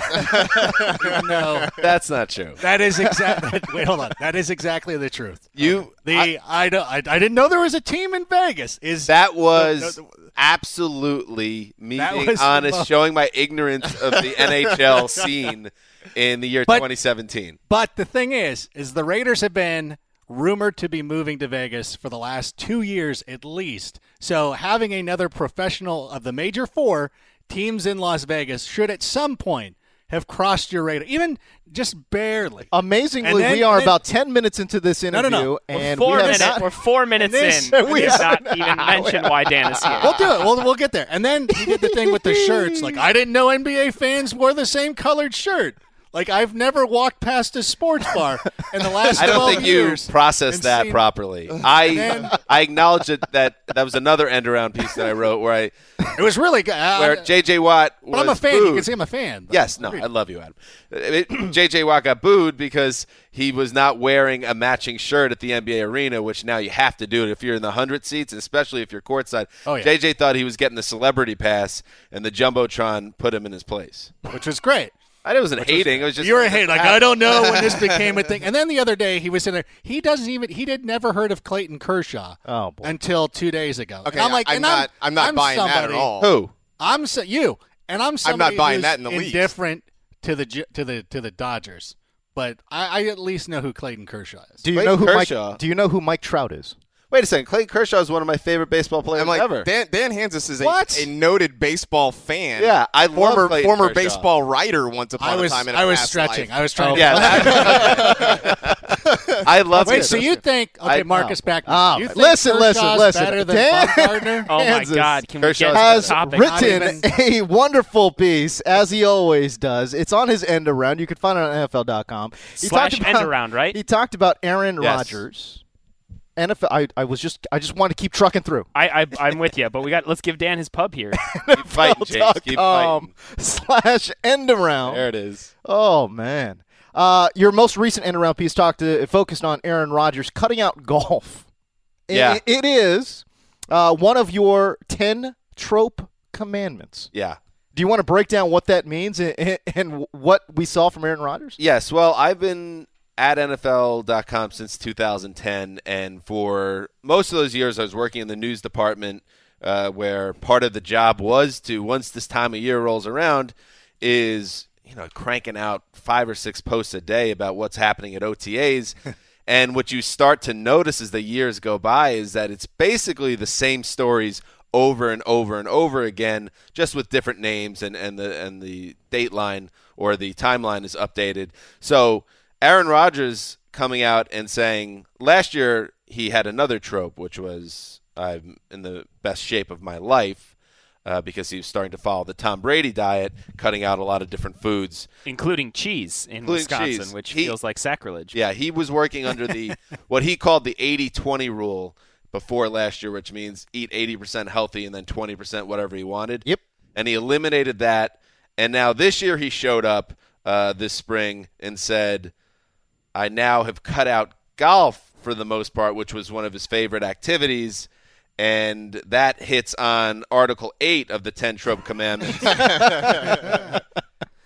Speaker 2: even though
Speaker 6: that's not true.
Speaker 2: that is exactly. [LAUGHS] wait, hold on. That is exactly the truth.
Speaker 6: You
Speaker 2: The I, don't. I, I didn't know there was a team in Vegas. Is
Speaker 6: that was
Speaker 2: No, no,
Speaker 6: absolutely me
Speaker 2: That
Speaker 6: being
Speaker 2: was the
Speaker 6: honest,
Speaker 2: most-
Speaker 6: showing my ignorance of
Speaker 2: [LAUGHS]
Speaker 6: the NHL scene in the year
Speaker 2: But-
Speaker 6: 2017.
Speaker 2: But the thing is, is the Raiders have been rumored to be moving to Vegas for the last two years at least. So having another professional of the major four teams in Las Vegas should at some point have crossed your radar, even just barely.
Speaker 6: Uh,
Speaker 1: Amazingly,
Speaker 2: And then-
Speaker 1: we are
Speaker 2: and then-
Speaker 1: about ten minutes into this
Speaker 2: no, no.
Speaker 1: interview, and
Speaker 3: four
Speaker 1: we have
Speaker 3: minutes.
Speaker 1: not-
Speaker 3: We're four minutes
Speaker 2: this-
Speaker 3: in. We
Speaker 1: we
Speaker 3: did
Speaker 1: have
Speaker 3: not even
Speaker 1: [LAUGHS]
Speaker 3: mention why Dan is here.
Speaker 2: We'll do it. We'll, we'll get there. And then he did the thing with the shirts. Like, I didn't know NBA fans wore the same colored shirt. Like, I've never walked past a sports bar in the last
Speaker 6: I
Speaker 2: 12
Speaker 6: don't think you
Speaker 2: years.
Speaker 6: processed
Speaker 2: and
Speaker 6: that
Speaker 2: seen-
Speaker 6: properly.
Speaker 2: Man.
Speaker 6: I I acknowledge that, that that was another end around piece that I wrote where I
Speaker 2: It was really good.
Speaker 4: uh,
Speaker 2: I-
Speaker 6: where JJ Watt was
Speaker 2: Uh, But I'm a fan. You can
Speaker 6: booed.
Speaker 2: see I'm a fan.
Speaker 6: Yes, no, I love you, Adam. It- [CLEARS THROAT] JJ Watt got booed because he was not wearing a matching shirt at the NBA arena, which now you have to do it if you're in the hundred seats, and especially if you're courtside.
Speaker 2: Oh, yeah.
Speaker 6: JJ thought he was getting the celebrity pass, and the jumbotron put him in his place.
Speaker 2: which was great.
Speaker 6: I wasn't hating. I was just
Speaker 2: You're a hate. Like I don't know
Speaker 4: [LAUGHS]
Speaker 2: when this became a
Speaker 6: thing.
Speaker 2: thing. And then the other day he was in there. He doesn't even. He did never heard of Clayton Kershaw
Speaker 1: Oh, boy.
Speaker 2: until two days ago. And
Speaker 4: Okay,
Speaker 2: I'm like,
Speaker 4: I'm
Speaker 2: and
Speaker 4: not. I'm, not
Speaker 2: I'm
Speaker 4: buying that at
Speaker 2: somebody-
Speaker 4: all.
Speaker 6: Who?
Speaker 2: I'm so, you, and I'm
Speaker 4: I'm
Speaker 2: somebody
Speaker 4: not buying
Speaker 2: who's
Speaker 4: that in the least.
Speaker 2: indifferent to the Gi- to the to the Dodgers, but I, I at least know who Clayton Kershaw is.
Speaker 1: Do you
Speaker 6: Clayton
Speaker 1: know who
Speaker 6: Kershaw.
Speaker 1: Mike? Do you know who Mike Trout is?
Speaker 6: Wait a second. Clayton Kershaw is one of my favorite baseball players
Speaker 4: I'm like
Speaker 6: ever.
Speaker 4: Dan. Dan Hansis is a,
Speaker 6: What?
Speaker 4: a noted baseball fan.
Speaker 6: Yeah, I love
Speaker 4: former
Speaker 6: Clayton
Speaker 4: former
Speaker 6: Kershaw.
Speaker 4: baseball writer once upon
Speaker 2: I was
Speaker 4: a time. In a
Speaker 2: I was
Speaker 4: past
Speaker 2: stretching.
Speaker 4: life.
Speaker 2: I was trying. to
Speaker 6: yeah, [LAUGHS] I love.
Speaker 2: Wait,
Speaker 6: it.
Speaker 2: so you think okay,
Speaker 6: I-
Speaker 2: Marcus Backman?
Speaker 1: Oh,
Speaker 2: you think
Speaker 1: listen, listen,
Speaker 2: Kershaw's
Speaker 1: listen.
Speaker 2: Better than
Speaker 1: Dan-
Speaker 4: [LAUGHS]
Speaker 2: Baumgartner?
Speaker 3: Oh
Speaker 1: Kansas
Speaker 3: my God! Can
Speaker 6: Kershaw's
Speaker 3: we get
Speaker 6: got
Speaker 3: to
Speaker 1: has
Speaker 3: the topic?
Speaker 1: written
Speaker 2: Not
Speaker 1: a wonderful piece, as he always does. It's on his end around. You can find it on NFL.com. He
Speaker 3: Slash
Speaker 1: talked
Speaker 3: end around, right?
Speaker 1: He talked about Aaron
Speaker 6: Yes.
Speaker 1: Rodgers. NFL. I, I was just I just want to keep trucking through.
Speaker 3: I, I I'm with you, but we got let's give Dan his pub
Speaker 1: [LAUGHS]
Speaker 3: here.
Speaker 6: keep fighting, James. Keep
Speaker 1: Um,
Speaker 6: fighting.
Speaker 1: slash end around.
Speaker 6: There it is.
Speaker 1: Oh man, uh, your most recent end around piece talked to, it focused on Aaron Rodgers cutting out golf. It-
Speaker 6: Yeah.
Speaker 1: it is uh, one of your ten trope commandments.
Speaker 6: Yeah.
Speaker 1: Do you want to break down what that means and, and what we saw from Aaron Rodgers?
Speaker 6: Yes. Well, I've been at NFL.com since 2010, and for most of those years, I was working in the news department, uh, where part of the job was to, once this time of year rolls around, is you know cranking out five or six posts a day about what's happening at OTAs. And what you start to notice as the years go by is that it's basically the same stories over and over and over again, just with different names and, and the and the date line or the timeline is updated. So Aaron Rodgers coming out and saying last year he had another trope, which was I'm in the best shape of my life. Uh, because he was starting to follow the Tom Brady diet, cutting out a lot of different foods.
Speaker 3: including cheese in
Speaker 6: Including
Speaker 3: Wisconsin,
Speaker 6: cheese.
Speaker 3: which
Speaker 6: He-
Speaker 3: feels like sacrilege. [LAUGHS]
Speaker 6: Yeah, he was working under the what he called the 80-20 rule before last year, which means eat 80% healthy and then 20% whatever he wanted.
Speaker 1: Yep.
Speaker 6: And he eliminated that. And now this year he showed up uh, this spring and said, I now have cut out golf for the most part, which was one of his favorite activities. And that hits on Article 8 of the 10 Trope Commandments.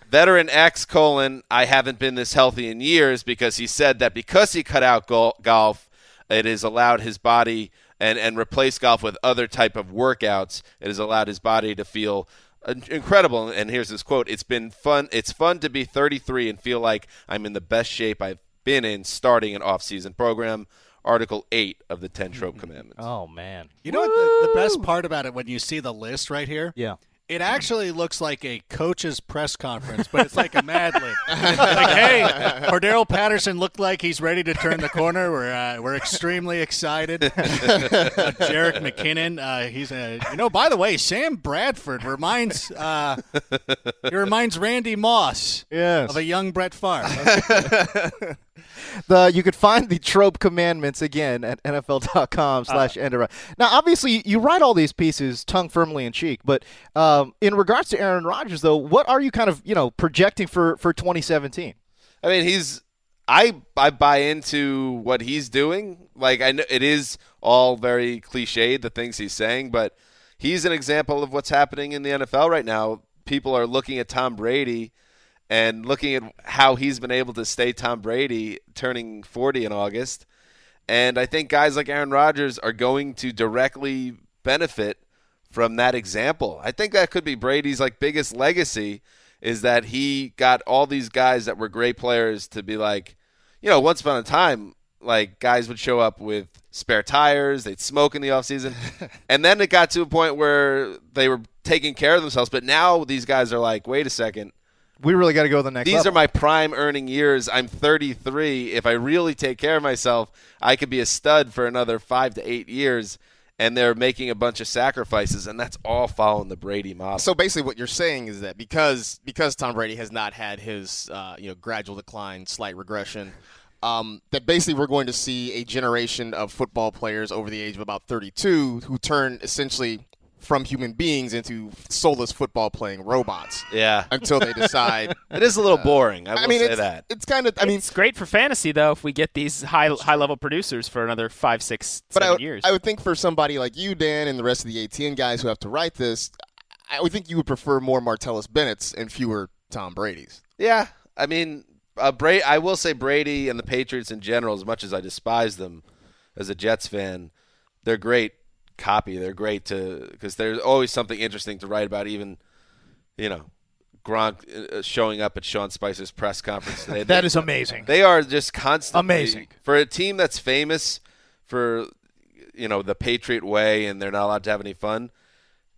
Speaker 6: Veteran X colon, I haven't been this healthy in years because he said that because he cut out gol- golf, it has allowed his body and, and replaced golf with other type of workouts. It has allowed his body to feel in- incredible. And here's his quote. It's been fun. It's fun to be 33 and feel like I'm in the best shape I've been in starting an off-season program. Article 8 of the 10 Trope Commandments.
Speaker 1: Oh man,
Speaker 2: You know what? The, the best part about it when you see the list right here.
Speaker 1: yeah.
Speaker 2: It actually looks like a coach's press conference, but it's like a Mad Lib. like, hey,
Speaker 6: [LAUGHS]
Speaker 2: Cordero Patterson looked like he's ready to turn the corner. We're uh, we're extremely excited. uh, Jarek McKinnon, uh, he's a you know. By the way, Sam Bradford reminds uh, he reminds Randy Moss
Speaker 1: Yes.
Speaker 2: of a young Brett Favre.
Speaker 1: the you could find the trope commandments again at nfl.com slash end around. now obviously you write all these pieces tongue firmly in cheek but um, in regards to aaron rodgers though what are you kind of you know projecting for for 2017
Speaker 6: I mean, he's I I buy into what he's doing. Like I know it is all very cliched the things he's saying, but he's an example of what's happening in the NFL right now. People are looking at Tom Brady and looking at how he's been able to stay Tom Brady turning 40 in August. And I think guys like Aaron Rodgers are going to directly benefit from that example. I think that could be Brady's like biggest legacy is that he got all these guys that were great players to be like, you know, once upon a time, like guys would show up with spare tires, they'd smoke in the offseason. and then it got to a point where they were taking care of themselves, but now these guys are like, wait a second,
Speaker 1: we really got to go to the next
Speaker 6: these
Speaker 1: level.
Speaker 6: are my prime earning years. I'm 33. If I really take care of myself, I could be a stud for another five to eight years. And they're making a bunch of sacrifices, and that's all following the Brady model.
Speaker 4: So basically, what you're saying is that because because Tom Brady has not had his uh, you know gradual decline, slight regression, um, that basically we're going to see a generation of football players over the age of about 32 who turn essentially from human beings into soulless football playing robots
Speaker 6: yeah,
Speaker 4: until they decide.
Speaker 6: it is a little boring. [LAUGHS] I will
Speaker 4: I mean,
Speaker 6: say
Speaker 4: it's,
Speaker 6: that.
Speaker 4: it's kind of. I mean,
Speaker 3: it's great for fantasy though if we get these high high level producers for another five, six,
Speaker 4: but
Speaker 3: seven
Speaker 4: I would,
Speaker 3: years.
Speaker 4: I would think for somebody like you, Dan, and the rest of the ATN guys who have to write this, I would think you would prefer more Martellus Bennett's and fewer Tom Brady's.
Speaker 6: Yeah, I mean, uh, Bra- I will say Brady and the Patriots in general, as much as I despise them as a Jets fan, they're great copy. They're great to because there's always something interesting to write about. Even you know Gronk uh, showing up at Sean Spicer's press conference today.
Speaker 1: That
Speaker 6: They-
Speaker 1: is amazing.
Speaker 6: They are just constantly
Speaker 1: Amazing.
Speaker 6: for a team that's famous for you know the Patriot way, and they're not allowed to have any fun.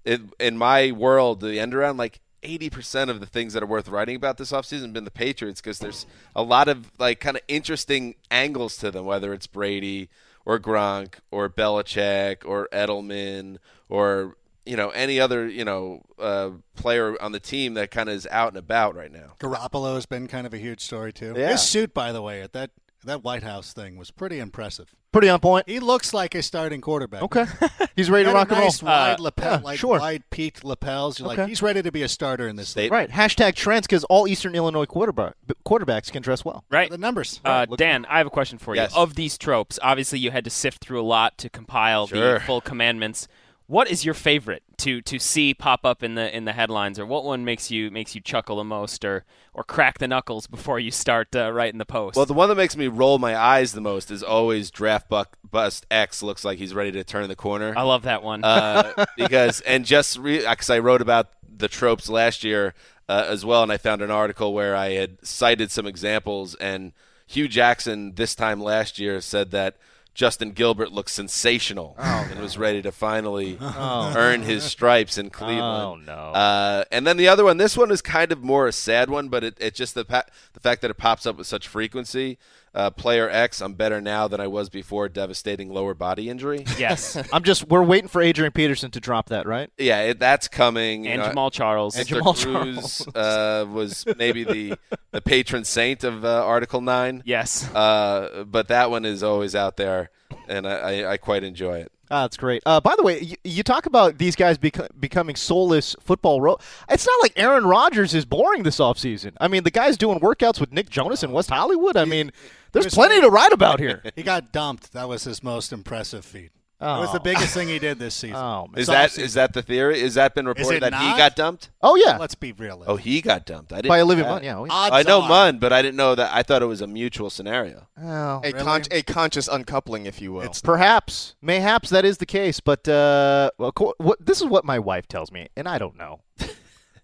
Speaker 6: It, in my world, the end around like. 80% of the things that are worth writing about this offseason have been the Patriots because there's a lot of like kind of interesting angles to them, whether it's Brady or Gronk or Belichick or Edelman or, you know, any other, you know, uh, player on the team that kind of is out and about right now.
Speaker 2: Garoppolo has been kind of a huge story too.
Speaker 6: Yeah.
Speaker 2: His suit, by the way, at that that White House thing was pretty impressive.
Speaker 1: Pretty on point.
Speaker 2: He looks like a starting quarterback.
Speaker 1: Okay. [LAUGHS] He's ready to
Speaker 2: Got a
Speaker 1: rock and roll.
Speaker 2: nice Wide
Speaker 1: Uh,
Speaker 2: lapel,
Speaker 1: yeah,
Speaker 2: like
Speaker 1: sure.
Speaker 2: wide peaked lapels. You're
Speaker 1: Okay.
Speaker 2: like, he's ready to be a starter in this league.
Speaker 1: Right. Hashtag trends because all Eastern Illinois quarterback quarterbacks can dress well.
Speaker 3: Right.
Speaker 2: The numbers.
Speaker 3: Uh, Dan, I have a question for
Speaker 6: Yes.
Speaker 3: you. Of these tropes, obviously you had to sift through a lot to compile
Speaker 6: Sure.
Speaker 3: the full commandments. What is your favorite to to see pop up in the in the headlines, or what one makes you makes you chuckle the most, or or crack the knuckles before you start uh, writing the post?
Speaker 6: Well, the one that makes me roll my eyes the most is always draft buck bust X looks like he's ready to turn the corner.
Speaker 3: I love that one.
Speaker 6: uh, because and just because I wrote about the tropes last year uh, as well, and I found an article where I had cited some examples, and Hugh Jackson this time last year said that Justin Gilbert looked sensational and was ready to finally earn his stripes in
Speaker 3: Oh,
Speaker 6: Cleveland.
Speaker 1: no.
Speaker 6: Uh, and then the other one, this one is kind of more a sad one, but it, it just the pa- the fact that it pops up with such frequency. Uh, player X, I'm better now than I was before devastating lower body
Speaker 1: [LAUGHS]
Speaker 6: injury.
Speaker 3: [LAUGHS] yes,
Speaker 1: I'm just we're waiting for Adrian Peterson to drop that, right?
Speaker 6: Yeah, it, that's coming. you
Speaker 3: and
Speaker 6: know.
Speaker 3: Jamal Charles.
Speaker 6: Mr.
Speaker 1: Jamal
Speaker 6: Cruz uh, was maybe the the patron saint of uh, Article Nine.
Speaker 3: yes,
Speaker 6: Uh, but that one is always out there, and I, I, I quite enjoy it.
Speaker 1: Ah, that's great. Uh, by the way, you, you talk about these guys beco- becoming soulless football ro It's not like Aaron Rodgers is boring this offseason. I mean, the guy's doing workouts with Nick Jonas in West Hollywood. I mean, there's
Speaker 2: Chris
Speaker 1: plenty to write about
Speaker 2: [LAUGHS]
Speaker 1: here.
Speaker 2: He got dumped. That was his most impressive feat. That
Speaker 1: Oh.
Speaker 2: was the biggest thing he did
Speaker 6: [LAUGHS]
Speaker 2: this season.
Speaker 1: Oh, man.
Speaker 6: Is
Speaker 2: It's
Speaker 6: that
Speaker 2: awesome.
Speaker 6: is that the theory? Is that been reported
Speaker 2: it
Speaker 6: that he
Speaker 2: not?
Speaker 6: got dumped?
Speaker 1: Oh, yeah.
Speaker 2: Let's be realistic.
Speaker 6: Oh, he got dumped. I didn't
Speaker 1: By
Speaker 6: know
Speaker 1: Olivia
Speaker 6: that.
Speaker 1: Munn. Yeah. we-
Speaker 2: Odds
Speaker 6: I know
Speaker 2: are.
Speaker 6: Munn, but I didn't know that. I thought it was a mutual scenario.
Speaker 1: Well,
Speaker 4: A, con- a conscious uncoupling, if you will.
Speaker 2: It's-
Speaker 1: perhaps. Mayhaps that is the case. But uh, well, co- what, this is what my wife tells me, and I don't [LAUGHS] know.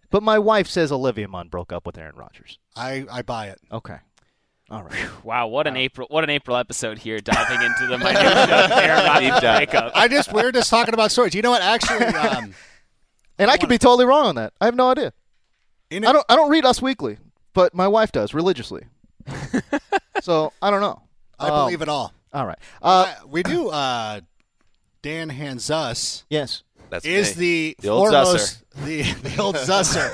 Speaker 1: but my wife says Olivia Munn broke up with Aaron Rodgers.
Speaker 2: I, I buy it.
Speaker 1: Okay. All right.
Speaker 3: wow, what an April what an April episode here, diving into the minutia of Aaron Rodgers breakup.
Speaker 2: I just we're just talking about stories. You know
Speaker 6: [LAUGHS]
Speaker 2: what? Actually, um,
Speaker 1: And I could be totally wrong on that. I have no idea.
Speaker 2: in
Speaker 1: I don't. I don't read Us Weekly, but my wife does [LAUGHS] religiously. so I don't know.
Speaker 2: I
Speaker 1: Um,
Speaker 2: believe it all.
Speaker 1: All right. Uh,
Speaker 2: Uh, we do. Uh, Dan Hanzus
Speaker 1: yes.
Speaker 6: That's
Speaker 2: is
Speaker 6: me.
Speaker 2: the,
Speaker 6: The old
Speaker 2: foremost the, the old Zusser,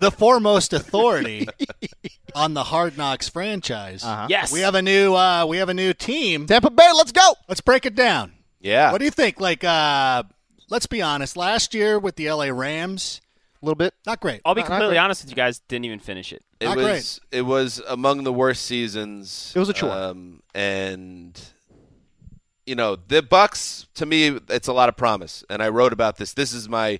Speaker 2: the foremost authority
Speaker 6: [LAUGHS]
Speaker 2: on the Hard Knocks franchise.
Speaker 6: Uh-huh.
Speaker 3: Yes,
Speaker 2: Uh-huh. We have a new uh, we have a new team.
Speaker 1: Tampa Bay. Let's go.
Speaker 2: Let's break it down.
Speaker 6: yeah.
Speaker 2: What do you think? Like, uh, let's be honest. Last year with the LA Rams,
Speaker 1: A little bit.
Speaker 2: not great.
Speaker 3: I'll be completely honest with you guys. Didn't even finish it.
Speaker 6: It
Speaker 2: Not
Speaker 6: was
Speaker 2: great.
Speaker 6: it was among the worst seasons.
Speaker 1: It was a chore.
Speaker 6: Um, and you know the Bucks to me, it's a lot of promise. And I wrote about this. This is my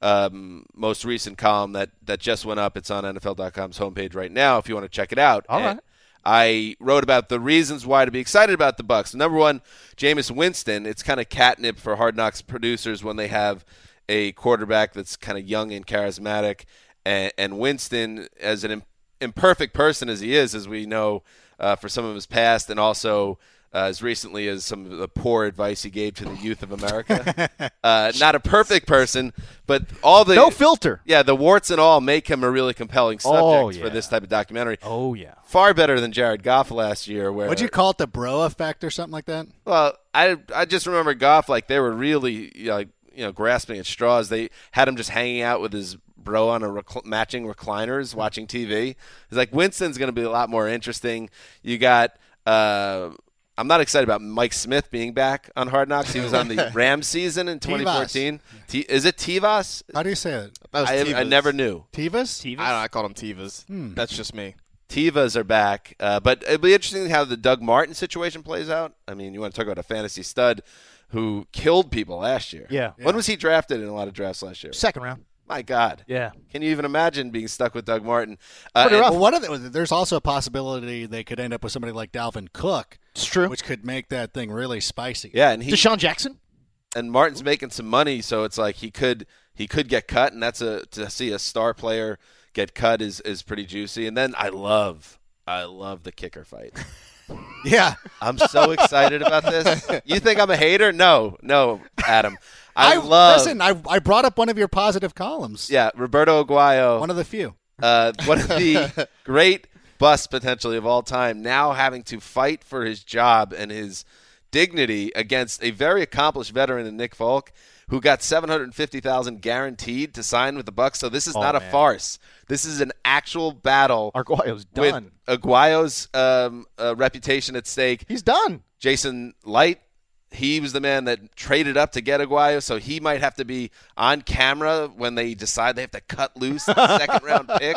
Speaker 6: um, most recent column that that just went up. It's on NFL.com's homepage right now. If you want to check it out.
Speaker 1: All
Speaker 6: And
Speaker 1: right.
Speaker 6: I wrote about the reasons why to be excited about the Bucks. Number one, Jameis Winston. It's kind of catnip for Hard Knocks producers when they have a quarterback that's kind of young and charismatic. And, and Winston, as an im- imperfect person as he is, as we know uh, for some of his past, and also uh, as recently as some of the poor advice he gave to the youth of
Speaker 1: [LAUGHS]
Speaker 6: America, uh, not a perfect person, but all the
Speaker 1: No filter.
Speaker 6: yeah, the warts and all make him a really compelling subject
Speaker 1: Oh,
Speaker 6: for
Speaker 1: yeah.
Speaker 6: this type of documentary
Speaker 1: Oh yeah.
Speaker 6: far better than Jared Goff last year. Where
Speaker 2: Would you call it the bro effect or something like that?
Speaker 6: Well, I I just remember Goff like they were really you know, like you know grasping at straws. They had him just hanging out with his bro on a recl- matching recliners, watching TV. It's like Winston's going to be a lot more interesting. You got. Uh, I'm not excited about Mike Smith being back on Hard Knocks. He was on
Speaker 1: [LAUGHS]
Speaker 6: the Rams season in 2014. T- is it Tivas?
Speaker 2: How do you say it?
Speaker 4: That was
Speaker 6: I, I
Speaker 4: Tevas.
Speaker 6: never knew.
Speaker 2: Tivas?
Speaker 4: I don't know. I called him Tevas. That's just me.
Speaker 6: Tivas are back, uh, but it'll be interesting how the Doug Martin situation plays out. I mean, you want to talk about a fantasy stud who killed people last year.
Speaker 1: Yeah.
Speaker 6: When was he drafted in a lot of drafts last year?
Speaker 1: Second round.
Speaker 6: My God.
Speaker 10: Yeah.
Speaker 6: Can you even imagine being stuck with Doug Martin? Uh,
Speaker 2: Pretty
Speaker 6: and-
Speaker 2: rough. Well, one of the, there's also a possibility they could end up with somebody like Dalvin Cook.
Speaker 1: It's true.
Speaker 2: Which could make that thing really spicy.
Speaker 6: Yeah, and he-
Speaker 1: Deshaun Jackson.
Speaker 6: [LAUGHS] and Martin's making some money, so it's like he could he could get cut, and that's a to see a star player get cut is is pretty juicy. And then I love I love the kicker fight.
Speaker 2: Yeah.
Speaker 6: I'm so excited about this.
Speaker 1: [LAUGHS]
Speaker 6: You think I'm a hater? No, no, Adam. I, love.
Speaker 2: Listen, I, I brought up one of your positive columns.
Speaker 6: yeah, Roberto Aguayo.
Speaker 2: One of the few.
Speaker 6: uh, one of
Speaker 2: [LAUGHS]
Speaker 6: the great busts potentially of all time, now having to fight for his job and his dignity against a very accomplished veteran in Nick Falk, who got seven hundred fifty thousand guaranteed to sign with the Bucks. So this is
Speaker 1: Oh,
Speaker 6: not a
Speaker 1: man.
Speaker 6: farce. This is an actual battle.
Speaker 1: Arguayo's
Speaker 6: with
Speaker 1: done.
Speaker 6: Aguayo's um, uh, reputation at stake.
Speaker 1: He's done.
Speaker 6: Jason Light. He was the man that traded up to get Aguayo, so he might have to be on camera when they decide they have to cut loose
Speaker 1: [LAUGHS]
Speaker 6: the second round pick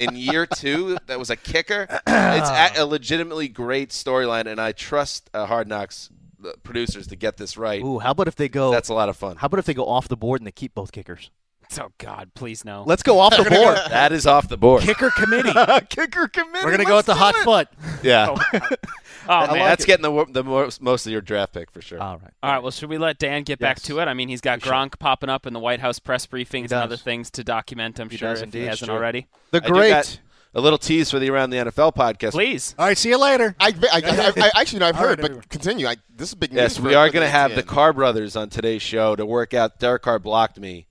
Speaker 6: in year two. That was a kicker. It's a, a legitimately great storyline, and I trust uh, Hard Knocks the producers to get this right.
Speaker 1: Ooh, how about if they go?
Speaker 6: That's a lot of fun.
Speaker 1: How about if they go off the board and they keep both kickers?
Speaker 3: Oh God, please no.
Speaker 1: Let's go off the board.
Speaker 2: [LAUGHS]
Speaker 6: that is off the board.
Speaker 3: Kicker committee.
Speaker 1: [LAUGHS] Kicker committee.
Speaker 2: We're going to go with the hot foot.
Speaker 6: Yeah,
Speaker 3: Oh, man.
Speaker 6: that's getting the wor- the most, most of your draft pick for sure.
Speaker 1: All right.
Speaker 3: All right. Well, should we let Dan get back
Speaker 1: Yes.
Speaker 3: to it? I mean, he's got Gronk popping up in the White House press briefings and
Speaker 1: does.
Speaker 3: other things to document. I'm
Speaker 6: He
Speaker 3: sure
Speaker 6: does
Speaker 3: if he
Speaker 6: indeed,
Speaker 3: hasn't
Speaker 6: sure.
Speaker 3: already.
Speaker 1: The
Speaker 6: I do
Speaker 1: great.
Speaker 6: got a little tease for the Around the NFL podcast.
Speaker 3: Please.
Speaker 2: All right, see you later.
Speaker 4: I, I, I, I- I- actually, no, I've
Speaker 2: All right,
Speaker 4: heard,
Speaker 2: everyone.
Speaker 4: but continue. I, this is big news.
Speaker 6: Yes,
Speaker 4: for-
Speaker 6: we are
Speaker 4: for
Speaker 6: going to have the
Speaker 4: ATN.
Speaker 6: Carr brothers on today's show to work out. Derek Carr blocked me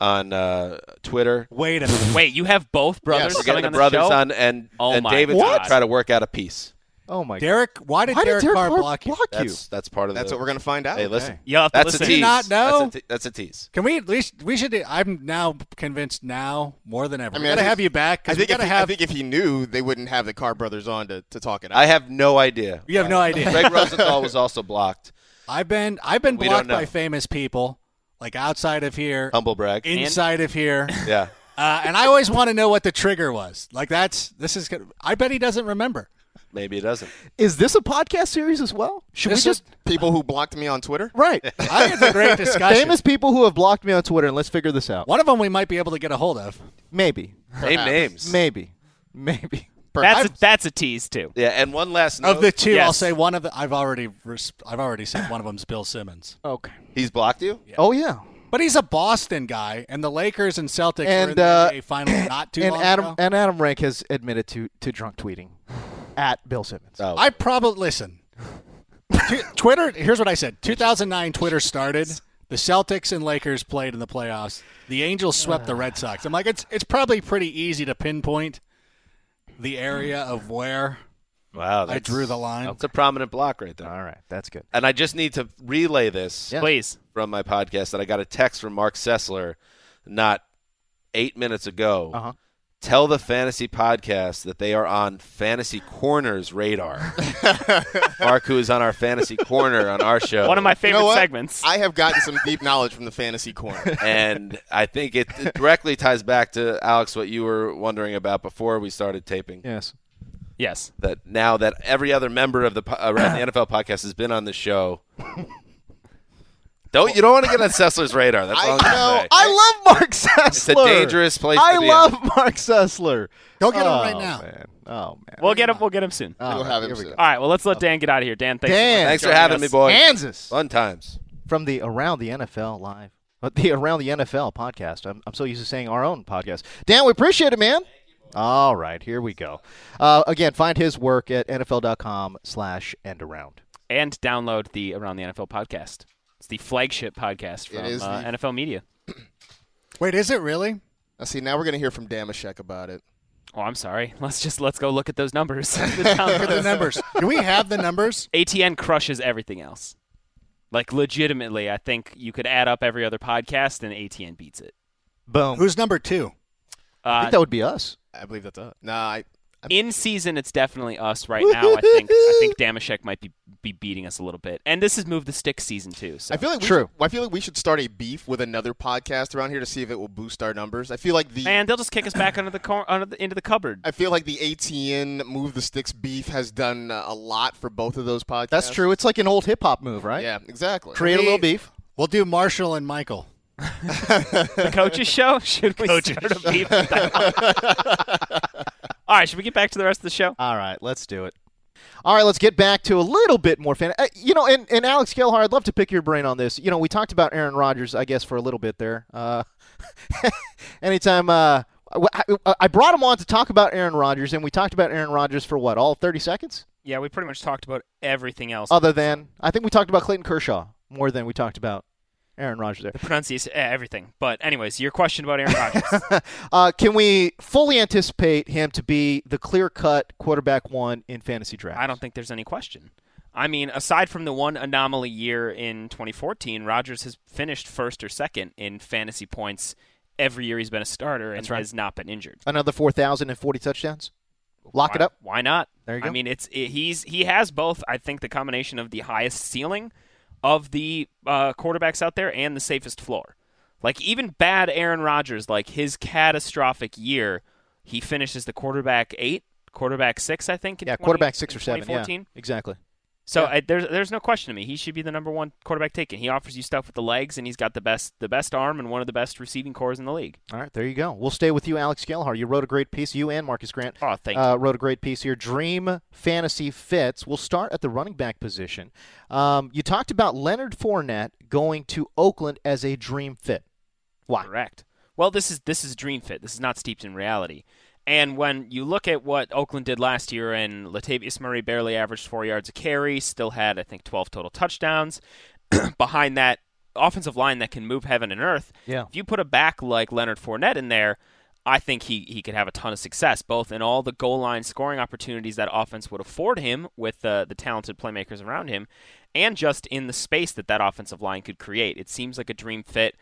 Speaker 6: on uh, Twitter.
Speaker 2: Wait a minute.
Speaker 3: Wait, you have both brothers
Speaker 6: We're getting
Speaker 3: coming
Speaker 6: the
Speaker 3: on the
Speaker 6: brothers
Speaker 3: show?
Speaker 6: on, and
Speaker 3: Oh
Speaker 6: and
Speaker 3: my
Speaker 6: David's
Speaker 3: God.
Speaker 6: going to try to work out a piece.
Speaker 1: Oh my. God.
Speaker 2: Derek, why did,
Speaker 1: Why did
Speaker 2: Derek,
Speaker 1: Derek
Speaker 2: Carr,
Speaker 1: Carr
Speaker 2: block you?
Speaker 1: block you?
Speaker 6: That's that's part of
Speaker 4: That's
Speaker 6: the,
Speaker 4: what we're going to find out.
Speaker 6: Hey, listen,
Speaker 3: You'll have to
Speaker 6: that's
Speaker 3: listen.
Speaker 6: a
Speaker 3: Did
Speaker 6: tease.
Speaker 3: you
Speaker 2: not know?
Speaker 6: That's a, te- that's a tease.
Speaker 2: Can we at least we should? I'm now convinced now more than ever.
Speaker 4: I
Speaker 2: I
Speaker 4: mean,
Speaker 2: mean, we
Speaker 4: I
Speaker 2: gotta
Speaker 4: think-
Speaker 2: have you back. 'cause
Speaker 4: I think,
Speaker 2: we
Speaker 4: if
Speaker 2: gotta
Speaker 4: he,
Speaker 2: have.
Speaker 4: I think if he knew, they wouldn't have the Carr brothers on to, to talk it out.
Speaker 6: I have no idea.
Speaker 2: you have no idea.
Speaker 6: Greg Rosenthal was also blocked.
Speaker 2: I've been I've been
Speaker 6: We don't
Speaker 2: blocked by
Speaker 6: know.
Speaker 2: famous people, like outside of here,
Speaker 4: Um,
Speaker 6: Humble brag.
Speaker 2: inside of here,
Speaker 6: yeah.
Speaker 2: uh, and I always want to know what the trigger was. Like that's this is. gonna- I bet he doesn't remember.
Speaker 6: Maybe it doesn't.
Speaker 1: Is this a podcast series as well? Should
Speaker 2: This
Speaker 1: we just?
Speaker 4: People who blocked me on Twitter?
Speaker 1: Right.
Speaker 2: I think it's
Speaker 4: [LAUGHS]
Speaker 2: a great discussion.
Speaker 1: Famous people who have blocked me on Twitter, and let's figure this out.
Speaker 2: One of them we might be able to get a hold of. [LAUGHS]
Speaker 1: Maybe.
Speaker 6: Name names.
Speaker 1: Maybe. Maybe.
Speaker 3: That's a, that's a tease too.
Speaker 6: Yeah, and one last note.
Speaker 2: Of the two, I'll
Speaker 3: Yes.
Speaker 2: say one of the. I've already res- I've already said one of them's Bill Simmons,
Speaker 1: Okay.
Speaker 6: He's blocked you?
Speaker 1: Oh yeah.
Speaker 2: but he's a Boston guy, and the Lakers and Celtics were in
Speaker 1: And
Speaker 2: the
Speaker 1: uh, [CLEARS THROAT]
Speaker 2: NBA finals not too
Speaker 1: and
Speaker 2: long
Speaker 1: Adam
Speaker 2: ago.
Speaker 1: and Adam Rank has admitted to to drunk
Speaker 2: [SIGHS]
Speaker 1: tweeting at Bill Simmons.
Speaker 6: Oh.
Speaker 2: I probably listen.
Speaker 1: [LAUGHS]
Speaker 2: Tw- Twitter. Here's what I said. 2009. Twitter started. The Celtics and Lakers played in the playoffs. The Angels swept the Red Sox. I'm like, it's it's probably pretty easy to pinpoint the area of where
Speaker 6: wow.
Speaker 2: I
Speaker 6: that's-
Speaker 2: drew the line.
Speaker 6: That's a prominent block right there.
Speaker 1: All right, that's good.
Speaker 6: And I just need to relay this.
Speaker 1: Yeah.
Speaker 3: Please.
Speaker 6: from my podcast that I got a text from Mark Sessler not eight minutes ago.
Speaker 1: Uh-huh.
Speaker 6: Tell the fantasy podcast that they are on Fantasy Corner's radar. Mark, who is on our Fantasy Corner on our show.
Speaker 3: One of my favorite
Speaker 4: what?
Speaker 3: segments.
Speaker 4: I have gotten some deep knowledge from the fantasy corner.
Speaker 6: and I think it, it directly ties back to Alex what you were wondering about before we started taping.
Speaker 1: Yes.
Speaker 3: yes.
Speaker 6: That now that every other member of the po- uh,
Speaker 1: [CLEARS THROAT]
Speaker 6: around the NFL podcast has been on the show, [LAUGHS] don't you don't want to get on Sessler's radar? That's all
Speaker 4: I
Speaker 6: I'm gonna
Speaker 4: know.
Speaker 6: say.
Speaker 1: I love Mark Sessler.
Speaker 6: It's a dangerous place.
Speaker 1: I
Speaker 6: to be
Speaker 1: love
Speaker 6: in.
Speaker 1: Mark Sessler.
Speaker 2: Go get him
Speaker 1: oh,
Speaker 2: right now.
Speaker 1: Man. Oh man.
Speaker 3: We'll get him. We'll get him soon.
Speaker 1: All
Speaker 4: We'll
Speaker 1: right,
Speaker 4: have him
Speaker 1: here we
Speaker 4: soon.
Speaker 1: go.
Speaker 3: All right. Well, let's let Dan get out of here. Dan, thanks. so
Speaker 1: Dan.
Speaker 3: much
Speaker 6: Thanks for
Speaker 3: joining
Speaker 6: having
Speaker 3: us.
Speaker 6: me, boys.
Speaker 1: Kansas
Speaker 6: Fun times.
Speaker 1: from the Around the NFL live. But the Around the NFL podcast. I'm, I'm so used to saying our own podcast. Dan, we appreciate it, man. All right, here we go. Uh, again, find his work at NFL.com slash end around.
Speaker 3: and download the Around the NFL podcast. It's the flagship podcast from
Speaker 4: is
Speaker 3: uh,
Speaker 4: the-
Speaker 3: NFL Media.
Speaker 2: [LAUGHS] Wait, is it really?
Speaker 4: Now, see, now we're going to hear from Damashek about it.
Speaker 3: Oh, I'm sorry. [LAUGHS] Let's just let's go look at those numbers. [LAUGHS]
Speaker 4: [LAUGHS]
Speaker 3: The
Speaker 2: Look at the
Speaker 3: downloads.
Speaker 2: numbers. Do we have the numbers?
Speaker 3: ATN crushes everything else. Like legitimately, I think you could add up every other podcast and ATN beats it.
Speaker 1: Boom.
Speaker 2: Who's number two?
Speaker 1: I
Speaker 3: Uh,
Speaker 1: think that would be us.
Speaker 4: I believe that's up. Nah, I,
Speaker 3: in season, it's definitely us right now. I think I
Speaker 1: [LAUGHS]
Speaker 3: think Damashek might be be beating us a little bit, and this is move the stick season too. So
Speaker 4: I feel like we
Speaker 1: True.
Speaker 4: Should, I feel like we should start a beef with another podcast around here to see if it will boost our numbers. I feel like the
Speaker 3: man, they'll just kick us back under the, cor- under the into the cupboard.
Speaker 4: I feel like the ATN move the sticks beef has done uh, a lot for both of those podcasts.
Speaker 1: That's true. It's like an old hip hop move, right?
Speaker 4: Yeah, exactly.
Speaker 1: Create a little beef.
Speaker 2: We'll do Marshall and Michael.
Speaker 3: the coaches
Speaker 1: [LAUGHS]
Speaker 3: show? Should we
Speaker 2: Coaches.
Speaker 3: start a beef?
Speaker 1: [LAUGHS]
Speaker 3: All right, should we get back to the rest of the show?
Speaker 1: All right, let's do it. All right, let's get back to a little bit more fan. Uh, you know, and, and Alex Gilhar, I'd love to pick your brain on this. You know, we talked about Aaron Rodgers, I guess, for a little bit there. Uh, [LAUGHS] anytime uh, I, I- I brought him on to talk about Aaron Rodgers, and we talked about Aaron Rodgers for what, all 30 seconds?
Speaker 3: Yeah, we pretty much talked about everything else.
Speaker 1: Other than, I think we talked about Clayton Kershaw more than we talked about Aaron Rodgers there.
Speaker 3: pronunciation, eh, everything. But anyways, your question about Aaron
Speaker 1: [LAUGHS]
Speaker 3: Rodgers.
Speaker 1: Uh, can we fully anticipate him to be the clear cut quarterback one in fantasy draft?
Speaker 3: I don't think there's any question. I mean, aside from the one anomaly year in 2014, Rodgers has finished first or second in fantasy points every year he's been a starter and
Speaker 1: That's right.
Speaker 3: has not been injured.
Speaker 1: Another 4,040 touchdowns? Lock it
Speaker 3: Why-
Speaker 1: up.
Speaker 3: Why not?
Speaker 1: There you go.
Speaker 3: I mean, it's it, he's he has both. I think the combination of the highest ceiling of the uh, quarterbacks out there and the safest floor. Like even bad Aaron Rodgers, like his catastrophic year, he finishes the quarterback eight, quarterback six, I think. In
Speaker 1: Yeah,
Speaker 3: 20
Speaker 1: quarterback six
Speaker 3: in
Speaker 1: or seven.
Speaker 3: 2014.
Speaker 1: Yeah, exactly.
Speaker 3: So I, there's there's no question to me. He should be the number one quarterback taken. He offers you stuff with the legs, and he's got the best the best arm and one of the best receiving cores in the league.
Speaker 1: All right, there you go. We'll stay with you, Alex Gellhar. You wrote a great piece. You and Marcus Grant
Speaker 3: Oh, thank
Speaker 1: uh, wrote a great piece here. Dream fantasy fits. We'll start at the running back position. Um, you talked about Leonard Fournette going to Oakland as a dream fit. Why?
Speaker 3: Correct. Well, this is this is dream fit. This is not steeped in reality. And when you look at what Oakland did last year, and Latavius Murray barely averaged four yards a carry, still had I think 12 total touchdowns. [CLEARS THROAT] Behind that offensive line that can move heaven and earth,
Speaker 1: Yeah.
Speaker 3: if you put a back like Leonard Fournette in there, I think he, he could have a ton of success, both in all the goal line scoring opportunities that offense would afford him with uh, the talented playmakers around him, and just in the space that that offensive line could create. It seems like a dream fit.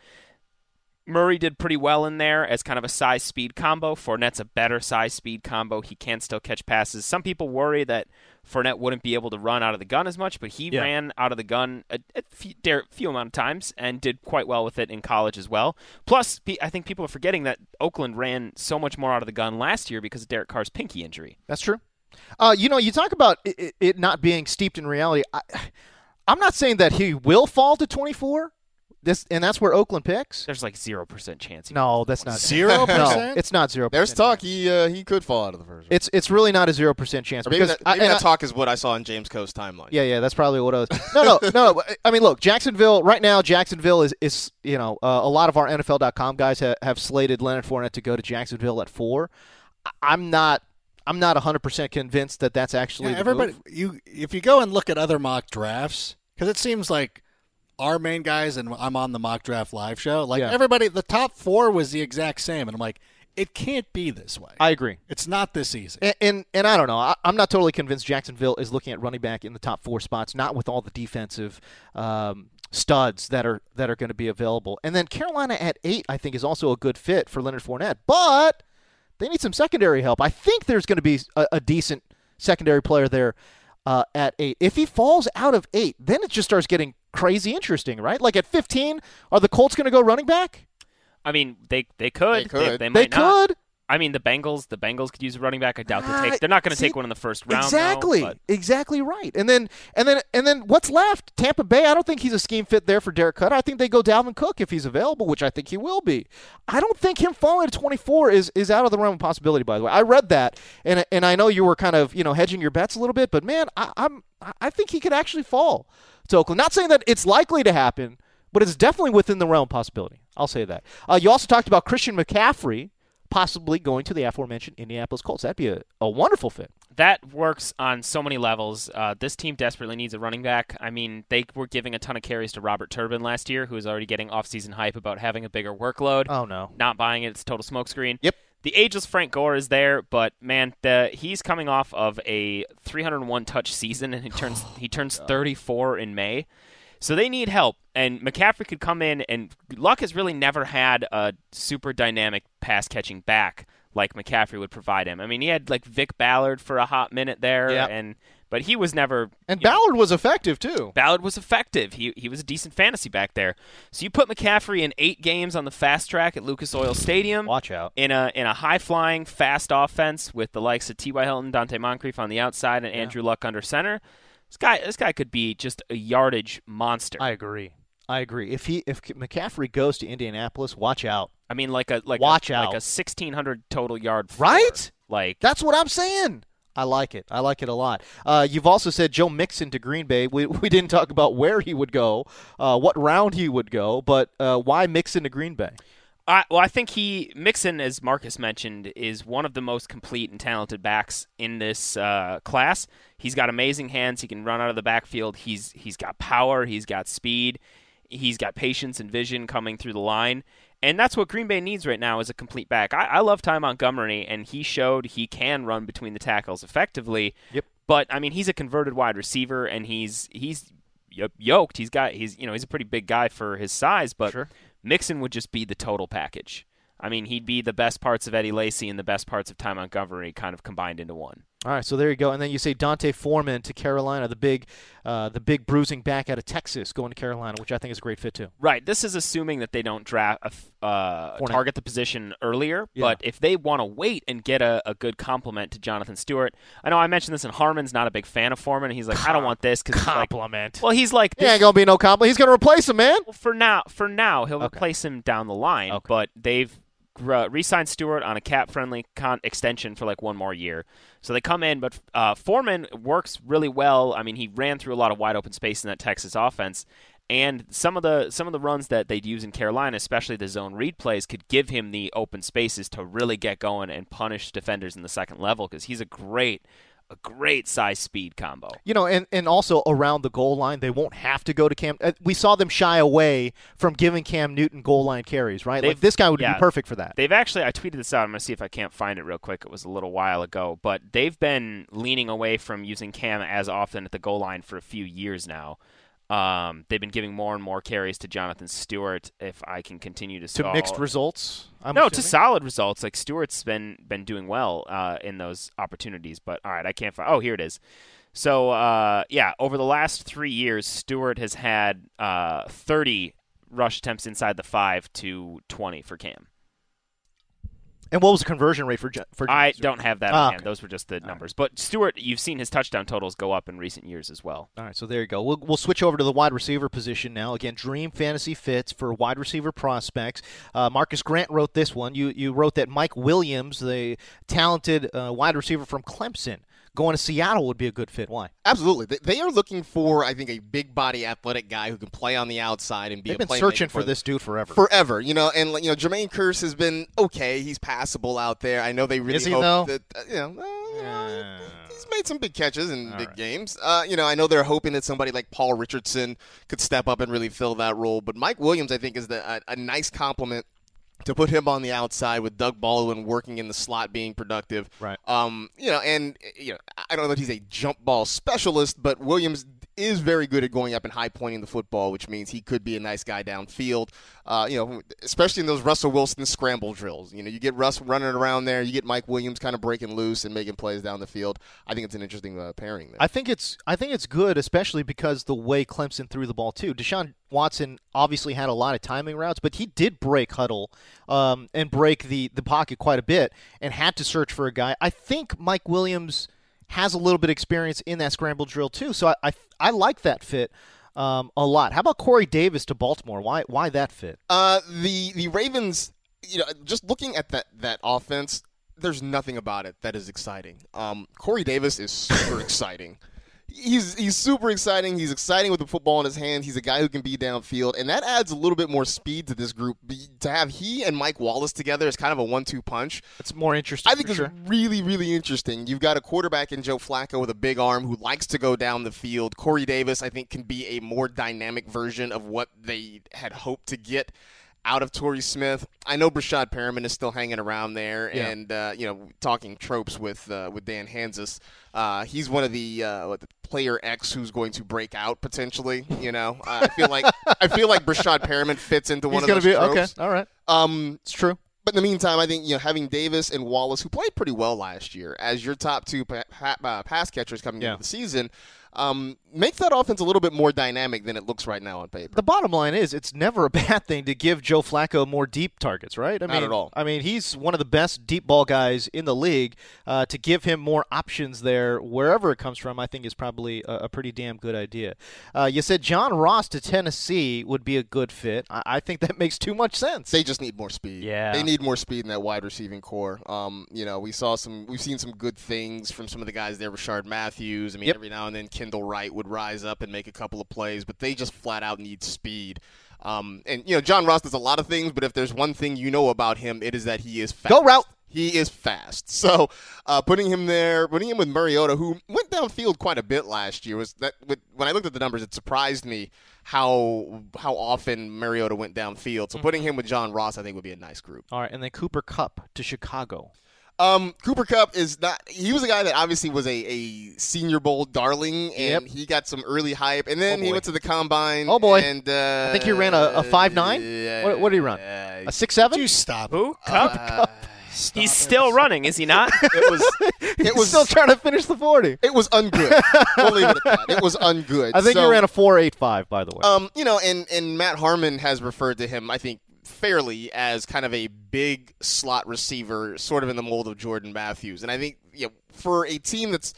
Speaker 3: Murray did pretty well in there as kind of a size speed combo. Fournette's a better size speed combo. He can still catch passes. Some people worry that Fournette wouldn't be able to run out of the gun as much, but he
Speaker 1: Yeah.
Speaker 3: ran out of the gun a, a few, there- few amount of times and did quite well with it in college as well. Plus, pe- I think people are forgetting that Oakland ran so much more out of the gun last year because of Derek Carr's pinky injury.
Speaker 1: That's true. Uh, you know, you talk about it, it, it not being steeped in reality. I, I'm not saying that he will fall to 24. This and that's where Oakland picks.
Speaker 3: There's like zero percent chance. he-
Speaker 1: No, that's not [LAUGHS]
Speaker 2: Zero
Speaker 1: No,
Speaker 2: percent.
Speaker 1: it's not zero.
Speaker 4: There's talk he uh, he could fall out of the first. round.
Speaker 1: It's it's really not a zero percent chance
Speaker 4: Or maybe
Speaker 1: because
Speaker 4: that, maybe
Speaker 1: I, and
Speaker 4: that
Speaker 1: I-
Speaker 4: talk is what I saw in James Coe's timeline.
Speaker 1: Yeah, yeah, that's probably what I was. No, no, no, no. I mean, look, Jacksonville right now. Jacksonville is is you know uh, a lot of our NFL.com guys ha- have slated Leonard Fournette to go to Jacksonville at four. I- I'm not. I'm not 100% convinced that that's actually
Speaker 2: Yeah,
Speaker 1: the
Speaker 2: everybody,
Speaker 1: move.
Speaker 2: you if you go and look at other mock drafts, because it seems like our main guys, and I'm on the mock draft live show. Like
Speaker 1: Yeah.
Speaker 2: everybody, the top four was the exact same, and I'm like, it can't be this way.
Speaker 1: I agree.
Speaker 2: it's not this easy.
Speaker 1: And, and and I don't know. I, I'm not totally convinced Jacksonville is looking at running back in the top four spots, not with all the defensive um, studs that are that are going to be available. And then Carolina at eight, I think, is also a good fit for Leonard Fournette, but they need some secondary help. I think there's going to be a, a decent secondary player there uh, at eight. If he falls out of eight, then it just starts getting crazy interesting, right? Like at 15, are the Colts going to go running back?
Speaker 3: I mean, they they could.
Speaker 4: They could.
Speaker 3: They,
Speaker 1: They
Speaker 3: might not.
Speaker 1: could.
Speaker 3: I mean, the Bengals. The Bengals could use a running back. I doubt
Speaker 1: Ah,
Speaker 3: they take. They're not going to
Speaker 1: see,
Speaker 3: take one in the first round. though,
Speaker 1: Exactly.
Speaker 3: but-
Speaker 1: exactly right. And then and then and then what's left? Tampa Bay. I don't think he's a scheme fit there for Derek Cutter. I think they go Dalvin Cook if he's available, which I think he will be. I don't think him falling to 24 is is out of the realm of possibility. By the way, I read that, and and I know you were kind of you know hedging your bets a little bit, but man, I, I'm I- I think he could actually fall to Oakland. Not saying that it's likely to happen, but it's definitely within the realm of possibility. I'll say that. Uh, you also talked about Christian McCaffrey. Possibly going to the aforementioned Indianapolis Colts. That'd be a, a wonderful fit.
Speaker 3: that works on so many levels. Uh, this team desperately needs a running back. I mean, they were giving a ton of carries to Robert Turbin last year, who is already getting offseason hype about having a bigger workload.
Speaker 1: Oh no.
Speaker 3: Not buying it. It's a total smokescreen.
Speaker 1: Yep.
Speaker 3: The ageless Frank Gore is there, but man, the, he's coming off of a 301 touch season, and he
Speaker 1: [SIGHS]
Speaker 3: turns
Speaker 1: Oh,
Speaker 3: he turns 34 in May. So they need help, and McCaffrey could come in. And Luck has really never had a super dynamic pass catching back like McCaffrey would provide him. I mean, he had like Vic Ballard for a hot minute there,
Speaker 1: Yeah.
Speaker 3: and but he was never
Speaker 1: And
Speaker 3: you know,
Speaker 1: Ballard was effective too.
Speaker 3: Ballard was effective. He he was a decent fantasy back there. So you put McCaffrey in eight games on the fast track at Lucas Oil Stadium
Speaker 1: Watch out.
Speaker 3: in a in a high flying, fast offense with the likes of T.Y. Hilton, Dante Moncrief on the outside, and Andrew Luck under center. This guy this guy could be just a yardage monster.
Speaker 1: I agree. I agree. If he if McCaffrey goes to Indianapolis, watch out.
Speaker 3: I mean, like a like
Speaker 1: Watch
Speaker 3: a,
Speaker 1: out.
Speaker 3: like a sixteen hundred total yard, floor.
Speaker 1: Right?
Speaker 3: Like
Speaker 1: That's what I'm saying. I like it. I like it a lot. Uh, you've also said Joe Mixon to Green Bay. We, we didn't talk about where he would go, uh, what round he would go, but uh, why Mixon to Green Bay?
Speaker 3: I, well, I think he Mixon, as Marcus mentioned, is one of the most complete and talented backs in this uh, class. He's got amazing hands. He can run out of the backfield. He's he's got power. He's got speed. He's got patience and vision coming through the line, and that's what Green Bay needs right now is a complete back. I, I love Ty Montgomery, and he showed he can run between the tackles effectively.
Speaker 1: Yep.
Speaker 3: But I mean, he's a converted wide receiver, and he's he's y- yoked. He's got he's you know he's a pretty big guy for his size, but Mixon would just be the total package. I mean, he'd be the best parts of Eddie Lacy and the best parts of Ty Montgomery kind of combined into one.
Speaker 1: All right, so there you go. And then you say Dante Foreman to Carolina, the big, uh, the big bruising back out of Texas, going to Carolina, which I think is a great fit too.
Speaker 3: Right. This is assuming that they don't draft uh,
Speaker 1: Fournette.
Speaker 3: target the position earlier.
Speaker 1: Yeah.
Speaker 3: But if they want to wait and get a, a good compliment to Jonathan Stewart, I know I mentioned this, and Harmon's not a big fan of Foreman. He's like, I don't want this because
Speaker 1: compliment.
Speaker 3: well, he's like,
Speaker 1: He
Speaker 3: this
Speaker 1: ain't gonna be no compliment. He's gonna replace him, man.
Speaker 3: Well, for now, for now, he'll
Speaker 1: Okay.
Speaker 3: replace him down the line. But they've uh, re-signed Stewart on a cap-friendly con- extension for like one more year. So they come in, but uh, Foreman works really well. I mean, he ran through a lot of wide open space in that Texas offense, and some of the some of the runs that they'd use in Carolina, especially the zone read plays, could give him the open spaces to really get going and punish defenders in the second level because he's a great. A great size speed combo.
Speaker 1: You know, and, and also around the goal line, they won't have to go to Cam. uh, We saw them shy away from giving Cam Newton goal line carries, right? like
Speaker 3: They've-
Speaker 1: this guy would
Speaker 3: yeah.
Speaker 1: be perfect for that.
Speaker 3: They've actually, I tweeted this out. I'm going to see if I can't find it real quick. It was a little while ago, but they've been leaning away from using Cam as often at the goal line for a few years now. Um, they've been giving more and more carries to Jonathan Stewart. If I can continue to
Speaker 1: To
Speaker 3: stall.
Speaker 1: mixed results. I'm
Speaker 3: no, to
Speaker 1: assuming.
Speaker 3: solid results. Like Stewart's been been doing well uh, in those opportunities, but all right, I can't find. Oh, here it is. So uh, yeah, over the last three years, Stewart has had uh, 30 rush attempts inside the five to 20 for Cam.
Speaker 1: And what was the conversion rate for Ju- for?
Speaker 3: I don't have that.
Speaker 1: Ah,
Speaker 3: on hand.
Speaker 1: okay.
Speaker 3: Those were just the numbers. But Stewart, you've seen his touchdown totals go up in recent years as well.
Speaker 1: All right, so there you go. We'll, we'll switch over to the wide receiver position now. Again, dream fantasy fits for wide receiver prospects. Uh, Marcus Grant wrote this one. You you wrote that Mike Williams, the talented uh, wide receiver from Clemson, going to Seattle would be a good fit. Why?
Speaker 4: Absolutely. They- They are looking for, I think, a big body athletic guy who can play on the outside and be
Speaker 1: They've
Speaker 4: a
Speaker 1: been
Speaker 4: playmaker
Speaker 1: searching for
Speaker 4: for them.
Speaker 1: this dude forever.
Speaker 4: Forever, you know, and like, you know, Jermaine Curse has been okay. He's passable out there. I know they really
Speaker 1: Is he,
Speaker 4: hope
Speaker 1: though?
Speaker 4: that uh, you know uh,
Speaker 1: Yeah.
Speaker 4: he's made some big catches in
Speaker 1: All
Speaker 4: big
Speaker 1: right.
Speaker 4: games. Uh, you know, I know they're hoping that somebody like Paul Richardson could step up and really fill that role. But Mike Williams, I think, is the, a, a nice compliment to put him on the outside with Doug Baldwin working in the slot, being productive.
Speaker 1: Right.
Speaker 4: Um, you know, and you know, I don't know that he's a jump ball specialist, but Williams is very good at going up and high pointing the football, which means he could be a nice guy downfield. Uh, you know, especially in those Russell Wilson scramble drills. You know, you get Russ running around there, you get Mike Williams kind of breaking loose and making plays down the field. I think it's an interesting uh, pairing there.
Speaker 1: I think it's I think it's good, especially because the way Clemson threw the ball too. Deshaun Watson obviously had a lot of timing routes, but he did break huddle um, and break the the pocket quite a bit, and had to search for a guy. I think Mike Williams has a little bit of experience in that scramble drill too, so I I, I like that fit um, a lot. How about Corey Davis to Baltimore? Why why that fit?
Speaker 4: Uh, the the Ravens, you know, just looking at that that offense, there's nothing about it that is exciting. Um, Corey Davis is super [LAUGHS] exciting. He's he's super exciting. He's exciting with the football in his hand. He's a guy who can be downfield, and that adds a little bit more speed to this group. Be- To have he and Mike Wallace together is kind of a one-two punch.
Speaker 1: It's more interesting.
Speaker 4: I think
Speaker 1: for
Speaker 4: it's
Speaker 1: sure.
Speaker 4: really, really interesting. You've got a quarterback in Joe Flacco with a big arm who likes to go down the field. Corey Davis, I think, can be a more dynamic version of what they had hoped to get out of Torrey Smith. I know Brashad Perriman is still hanging around there,
Speaker 1: Yeah.
Speaker 4: and uh, you know, talking tropes with uh, with Dan Hansis. Uh, he's one of the, uh, what, the player X who's going to break out potentially. You know, I feel like I feel like Brashad Perriman fits into one
Speaker 1: [LAUGHS] He's
Speaker 4: of
Speaker 1: gonna
Speaker 4: those
Speaker 1: be okay.
Speaker 4: tropes.
Speaker 1: All right,
Speaker 4: Um,
Speaker 1: it's true.
Speaker 4: but in the meantime, I think you know having Davis and Wallace, who played pretty well last year, as your top two pa- pa- uh, pass catchers coming
Speaker 1: Yeah.
Speaker 4: into the season, um, make that offense a little bit more dynamic than it looks right now on paper.
Speaker 1: The bottom line is, it's never a [LAUGHS] bad thing to give Joe Flacco more deep targets, right? I
Speaker 4: Not
Speaker 1: mean,
Speaker 4: at all.
Speaker 1: I mean, he's one of the best deep ball guys in the league. Uh, to give him more options there, wherever it comes from, I think is probably a, a pretty damn good idea. Uh, you said John Ross to Tennessee would be a good fit. I, I think that [LAUGHS] makes too much sense.
Speaker 4: They just need more speed.
Speaker 3: Yeah.
Speaker 4: They need more speed in that wide receiving core. Um, you know, we saw some we've seen some good things from some of the guys there, Rashard Matthews. I mean,
Speaker 1: Yep.
Speaker 4: every now and then Kendall Wright would rise up and make a couple of plays, but they just flat out need speed. Um, and you know, John Ross does a lot of things, but if there's one thing you know about him, it is that he is fast.
Speaker 1: Go route.
Speaker 4: He is fast. So uh, putting him there, putting him with Mariota, who went downfield quite a bit last year, was that with, when I looked at the numbers, it surprised me how how often Mariota went downfield.
Speaker 1: Mm-hmm.
Speaker 4: So putting him with John Ross, I think, would be a nice group.
Speaker 1: All right, and then Cooper Cup to Chicago.
Speaker 4: Um, Cooper Cup is not. He was a guy that obviously was a, a Senior Bowl darling,
Speaker 1: Yep.
Speaker 4: and he got some early hype. And then
Speaker 1: Oh,
Speaker 4: he
Speaker 1: boy.
Speaker 4: went to the combine.
Speaker 1: Oh, boy.
Speaker 4: And uh,
Speaker 1: I think he ran a, a five nine. What, what did he run?
Speaker 4: uh,
Speaker 1: A six seven? [LAUGHS]
Speaker 2: You stop.
Speaker 3: Who?
Speaker 4: [LAUGHS]
Speaker 3: Cup? He's still running, is he not?
Speaker 4: it was
Speaker 1: It
Speaker 4: was-
Speaker 1: still trying to finish the forty.
Speaker 4: it was ungood. we'll leave it at that. It was ungood.
Speaker 1: [LAUGHS] I think
Speaker 4: so,
Speaker 1: he ran a four eight five. By the way.
Speaker 4: Um, you know, and and Matt Harmon has referred to him, I think, fairly as kind of a big slot receiver, sort of in the mold of Jordan Matthews. And I think, you know, for a team that's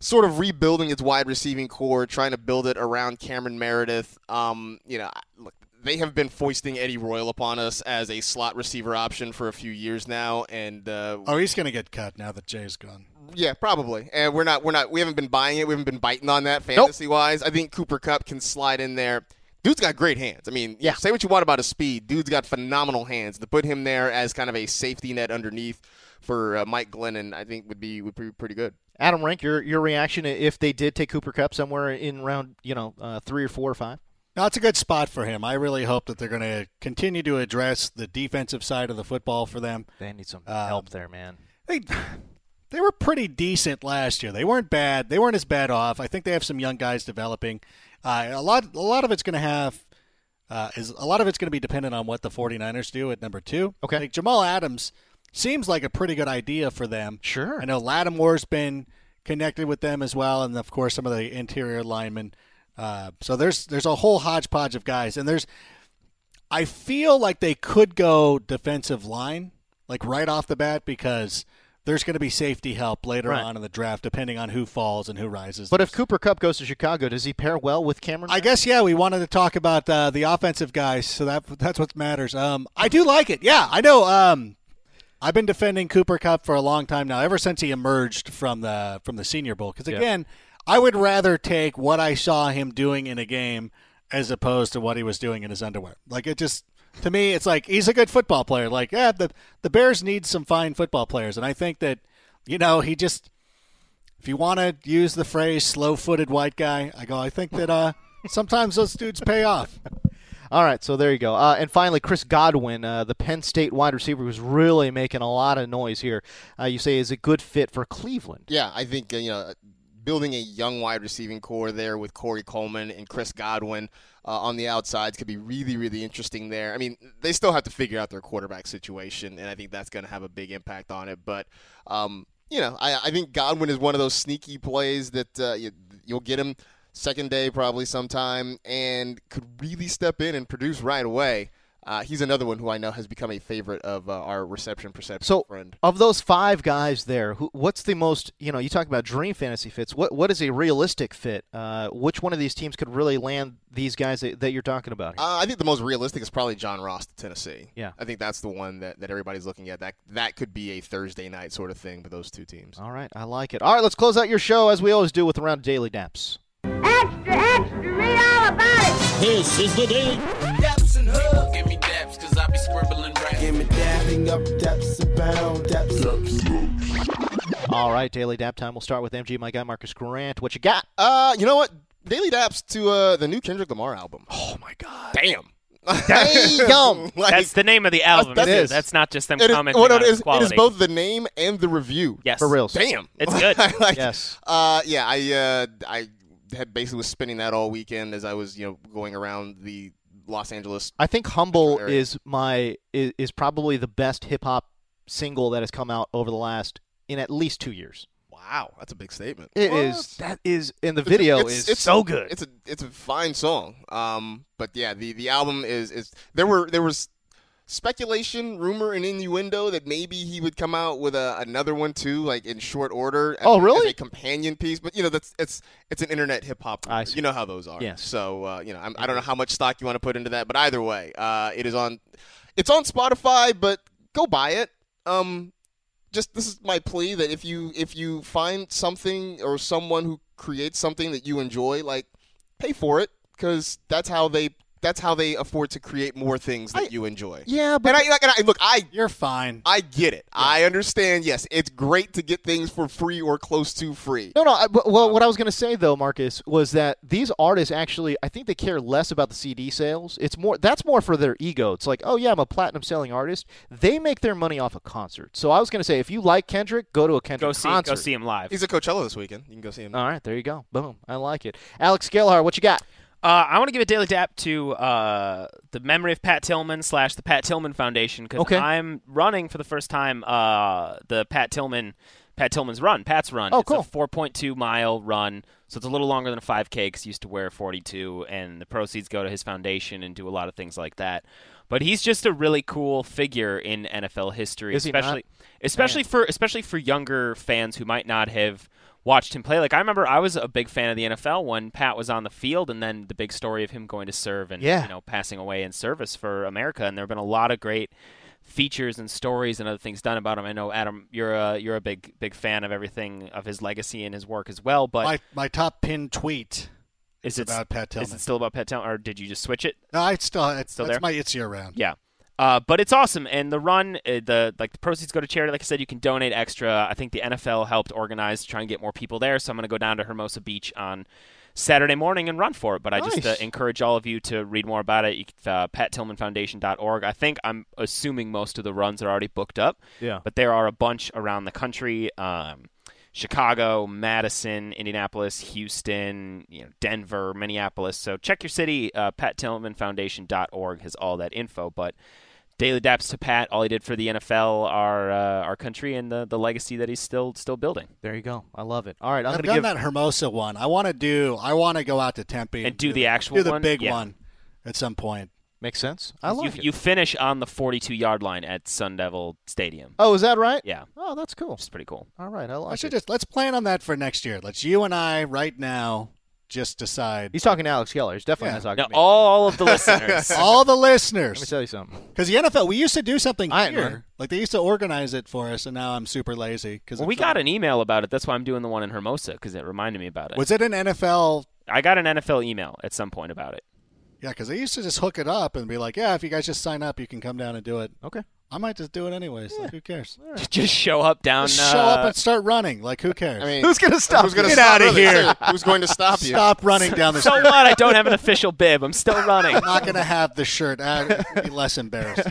Speaker 4: sort of rebuilding its wide receiving core, trying to build it around Cameron Meredith, um, you know, I- look. They have been foisting Eddie Royal upon us as a slot receiver option for a few years now, and uh,
Speaker 2: Oh, he's going to get cut now that Jay's gone.
Speaker 4: yeah, probably. And we're not we're not we haven't been buying it. We haven't been biting on that fantasy wise. I think Cooper Cup can slide in there. Dude's got great hands. I mean, yeah. Say what you want about his speed. Dude's got phenomenal hands. To put him there as kind of a safety net underneath for uh, Mike Glennon, I think would be would be pretty good.
Speaker 1: Adam Rank, your your reaction i- if they did take Cooper Cup somewhere in round, you know, uh, three or four or five?
Speaker 2: No, it's a good spot for him. I really hope that they're going to continue to address the defensive side of the football for them.
Speaker 1: They need some
Speaker 2: Um,
Speaker 1: help there, man.
Speaker 2: They they were pretty decent last year. They weren't bad. They weren't as bad off. I think they have some young guys developing. Uh, a lot a lot of it's going to have uh, is a lot of it's going to be dependent on what the 49ers do at number 2.
Speaker 1: Okay.
Speaker 2: Like Jamal Adams seems like a pretty good idea for them.
Speaker 1: Sure.
Speaker 2: I know Lattimore's been connected with them as well, and of course some of the interior linemen. Uh, so there's there's a whole hodgepodge of guys, and there's I feel like they could go defensive line like right off the bat because there's going to be safety help later
Speaker 1: Right.
Speaker 2: on in the draft depending on who falls and who rises.
Speaker 1: But if Cooper Cup goes to Chicago, does he pair well with Cameron?
Speaker 2: I guess yeah, we wanted to talk about uh, the offensive guys, so that that's what matters. Um, I do like it. Yeah, I know. Um, I've been defending Cooper Cup for a long time now, ever since he emerged from the from the Senior Bowl. Because again, I would rather take what I saw him doing in a game as opposed to what he was doing in his underwear. Like it just to me, it's like he's a good football player. Like yeah, the the Bears need some fine football players, and I think that you know he just if you want to use the phrase slow-footed white guy, I go. I think that uh, sometimes those dudes pay off.
Speaker 1: All right, so there you go. Uh, and finally, Chris Godwin, uh, the Penn State wide receiver, who's really making a lot of noise here. Uh, you say is a good fit for Cleveland.
Speaker 4: Yeah, I think uh, you know building a young wide receiving core there with Corey Coleman and Chris Godwin uh, on the outsides could be really really interesting there. I mean, they still have to figure out their quarterback situation, and I think that's going to have a big impact on it. But um, you know, I, I think Godwin is one of those sneaky plays that uh, you, you'll get him second day probably sometime and could really step in and produce right away. Uh, he's another one who I know has become a favorite of uh, our reception perception
Speaker 1: So,
Speaker 4: friend.
Speaker 1: of those five guys there, who, what's the most? You know, you talk about dream fantasy fits. What what is a realistic fit? Uh, which one of these teams could really land these guys that, that you're talking about? Here?
Speaker 4: Uh, I think the most realistic is probably John Ross to Tennessee.
Speaker 1: Yeah.
Speaker 4: I think that's the one that, that everybody's looking at. That that could be a Thursday night sort of thing for those two teams.
Speaker 1: All right, I like it. All right, let's close out your show as we always do with a round of daily daps.
Speaker 9: Extra, extra, read all about it.
Speaker 5: This is the Daily
Speaker 1: All right, daily dap time. We'll start with MG, my guy Marcus Grant. What you got?
Speaker 4: Uh, you know what? Daily daps to uh, the new Kendrick Lamar album. Oh my god! Damn. [LAUGHS] Damn. [LAUGHS] like,
Speaker 3: That's the name of the album.
Speaker 4: That's-
Speaker 3: too.
Speaker 4: that is.
Speaker 3: That's not just them
Speaker 4: it is,
Speaker 3: commenting
Speaker 4: well, no,
Speaker 3: on
Speaker 4: it
Speaker 3: its
Speaker 4: is- it
Speaker 3: quality.
Speaker 4: is both the name and the review.
Speaker 3: Yes.
Speaker 1: For reals.
Speaker 4: Damn. [LAUGHS]
Speaker 3: It's good.
Speaker 4: Like,
Speaker 1: Yes.
Speaker 4: Uh, yeah, I uh, I had basically was spinning that all weekend as I was you know going around the Los Angeles.
Speaker 1: I think "Humble"
Speaker 4: Area.
Speaker 1: is my is, is probably the best hip hop single that has come out over the last in at least two years.
Speaker 4: Wow. Wow, that's a big statement.
Speaker 1: It is. That is in the video is so good.
Speaker 4: It's a it's a fine song. Um, but yeah, the, the album is is there were there was speculation, rumor, and innuendo that maybe he would come out with a, another one too, like in short order. as-
Speaker 1: Oh, really?
Speaker 4: As a companion piece, but you know that's it's it's an internet hip hop.
Speaker 1: I see.
Speaker 4: You know how those are.
Speaker 1: Yes.
Speaker 4: So uh, you know I'm, I don't know how much stock you want to put into that, but either way, uh, it is on it's on Spotify, but go buy it. Um, just this is my plea that if you if you find something or someone who creates something that you enjoy, like pay for it because that's how they that's how they afford to create more things that you enjoy.
Speaker 1: Yeah,
Speaker 4: but and I, like, and I look, I
Speaker 2: You're fine.
Speaker 4: I get it. I understand. Yes, it's great to get things for free or close to free.
Speaker 1: No, no. I, but-
Speaker 3: Um,
Speaker 1: well, what I was going to say though, Marcus, was that these artists actually, I think they care less about the CD sales. It's more that's more for their ego. It's like, oh yeah, I'm a platinum selling artist. They make their money off a concert. So I was going to say, if you like Kendrick, go to a Kendrick
Speaker 3: Go see
Speaker 1: concert.
Speaker 3: go see him live.
Speaker 4: He's at Coachella this weekend. You can go see him.
Speaker 1: All right, there you go. Boom. I like it. Alex Gelhar, what you got?
Speaker 3: Uh, I want to give a daily dap to uh, the memory of Pat Tillman slash the Pat Tillman Foundation because
Speaker 1: Okay.
Speaker 3: I'm running for the first time uh, the Pat Tillman Pat Tillman's run, Pat's run.
Speaker 1: Oh,
Speaker 3: it's
Speaker 1: cool.
Speaker 3: a 4.2 mile run, so it's a little longer than a 5K because he used to wear 42, and the proceeds go to his foundation and do a lot of things like that. But he's just a really cool figure in NFL history,
Speaker 1: Is he not?
Speaker 3: especially especially for especially for younger fans who might not have watched him play. Like I remember, I was a big fan of the NFL when Pat was on the field, and then the big story of him going to serve and
Speaker 1: Yeah.
Speaker 3: you know passing away in service for America. And there have been a lot of great features and stories and other things done about him. I know Adam, you're a you're a big big fan of everything of his legacy and his work as well. But
Speaker 2: my my top pinned tweet
Speaker 3: is
Speaker 2: is
Speaker 3: it
Speaker 2: about Pat Tillman.
Speaker 3: is it still about Pat Tillman, or did you just switch it?
Speaker 2: no, I still it's
Speaker 3: Still
Speaker 2: that's
Speaker 3: there?
Speaker 2: my it's year round.
Speaker 3: Yeah. Uh, but it's awesome, and the run, uh, the like the proceeds go to charity. Like I said, you can donate extra. I think the NFL helped organize to try and get more people there, so I'm going to go down to Hermosa Beach on Saturday morning and run for it. But I just uh,
Speaker 1: Nice.
Speaker 3: encourage all of you to read more about it. You can, uh, PatTillmanFoundation.org. I think I'm assuming most of the runs are already booked up.
Speaker 1: Yeah.
Speaker 3: But there are a bunch around the country. Um, Chicago, Madison, Indianapolis, Houston, you know, Denver, Minneapolis. So check your city. Uh, PatTillmanFoundation.org has all that info. But daily daps to Pat, all he did for the NFL, our uh, our country, and the, the legacy that he's still still building.
Speaker 1: There you go. I love it. All right, I'm
Speaker 2: I've
Speaker 1: going to
Speaker 2: done
Speaker 1: give
Speaker 2: that Hermosa one. I want to do. I want to go out to Tempe
Speaker 3: And do the actual
Speaker 2: do the
Speaker 3: one?
Speaker 2: big
Speaker 3: Yeah.
Speaker 2: one at some point.
Speaker 1: makes sense. I like
Speaker 3: you,
Speaker 1: it.
Speaker 3: you finish on the 42 yard line at Sun Devil Stadium.
Speaker 1: oh, is that right?
Speaker 3: Yeah,
Speaker 1: Oh, that's cool.
Speaker 3: which is pretty cool.
Speaker 1: All right, I like
Speaker 2: I should
Speaker 1: it.
Speaker 2: just let's plan on that for next year. Let's you and I right now just decide.
Speaker 1: He's talking to Alex Gellar. He's definitely not
Speaker 2: Yeah.
Speaker 1: talking
Speaker 3: Now,
Speaker 1: to me.
Speaker 3: all of the
Speaker 1: [LAUGHS]
Speaker 3: listeners.
Speaker 2: All the
Speaker 1: Let me
Speaker 2: listeners,
Speaker 1: tell you something.
Speaker 2: because the NFL, we used to do something
Speaker 1: I
Speaker 2: here.
Speaker 1: didn't know.
Speaker 2: Like they used to organize it for us, and now I'm super lazy. Because
Speaker 3: Well, we got an email about it. That's why I'm doing the one in Hermosa because it reminded me about it.
Speaker 2: Was it an NFL?
Speaker 3: I got an NFL email at some point about it.
Speaker 2: Yeah, because they used to just hook it up and be like, "Yeah, if you guys just sign up, you can come down and do it."
Speaker 3: [LAUGHS]
Speaker 1: Okay.
Speaker 2: I might just do it anyways. Like, who cares?
Speaker 3: Just show up down.
Speaker 2: Just show up
Speaker 3: uh,
Speaker 2: and start running. Like, who cares?
Speaker 4: I mean,
Speaker 1: Who's going to stop?
Speaker 4: who's gonna
Speaker 1: you?
Speaker 2: Get
Speaker 4: stop
Speaker 2: outta
Speaker 4: really?
Speaker 2: here.
Speaker 4: Who's going to stop you?
Speaker 2: stop running down
Speaker 3: [LAUGHS]
Speaker 2: the
Speaker 3: so
Speaker 2: street.
Speaker 3: what? I don't have an official bib. I'm
Speaker 1: [LAUGHS]
Speaker 3: still running.
Speaker 2: I'm not going to have the shirt. I'd be
Speaker 3: [LAUGHS]
Speaker 2: less embarrassed.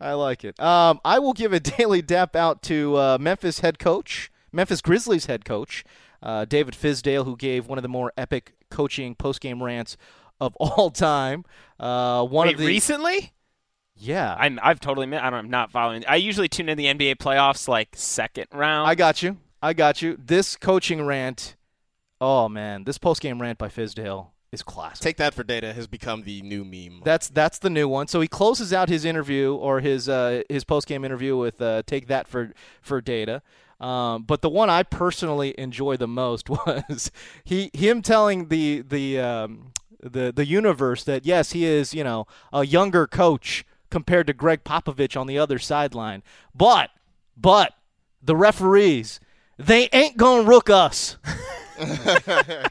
Speaker 1: I like it. Um, I will give a [LAUGHS] daily dap out to uh, Memphis head coach, Memphis Grizzlies head coach, uh, David Fizdale, who gave one of the more epic coaching postgame rants of [LAUGHS] all time. Uh, one
Speaker 3: Wait,
Speaker 1: of the
Speaker 3: recently?
Speaker 1: yeah, I,
Speaker 3: I'm I've totally mi- I don't I'm not following. I usually tune in the NBA playoffs like second round.
Speaker 1: got you, I got you. This coaching rant, oh man, this postgame rant by Fizdale is classic.
Speaker 4: Take that for data has become the new meme.
Speaker 1: That's that's the new one. So he closes out his interview or his uh, his post game interview with uh, take that for for data. Um, but the one I personally enjoy the most [LAUGHS] was he him telling the the um, the the universe that yes he is you know a younger coach compared to Greg Popovich on the other sideline, but but the referees they ain't gonna rook us. [LAUGHS] they
Speaker 3: right, I'm
Speaker 1: ain't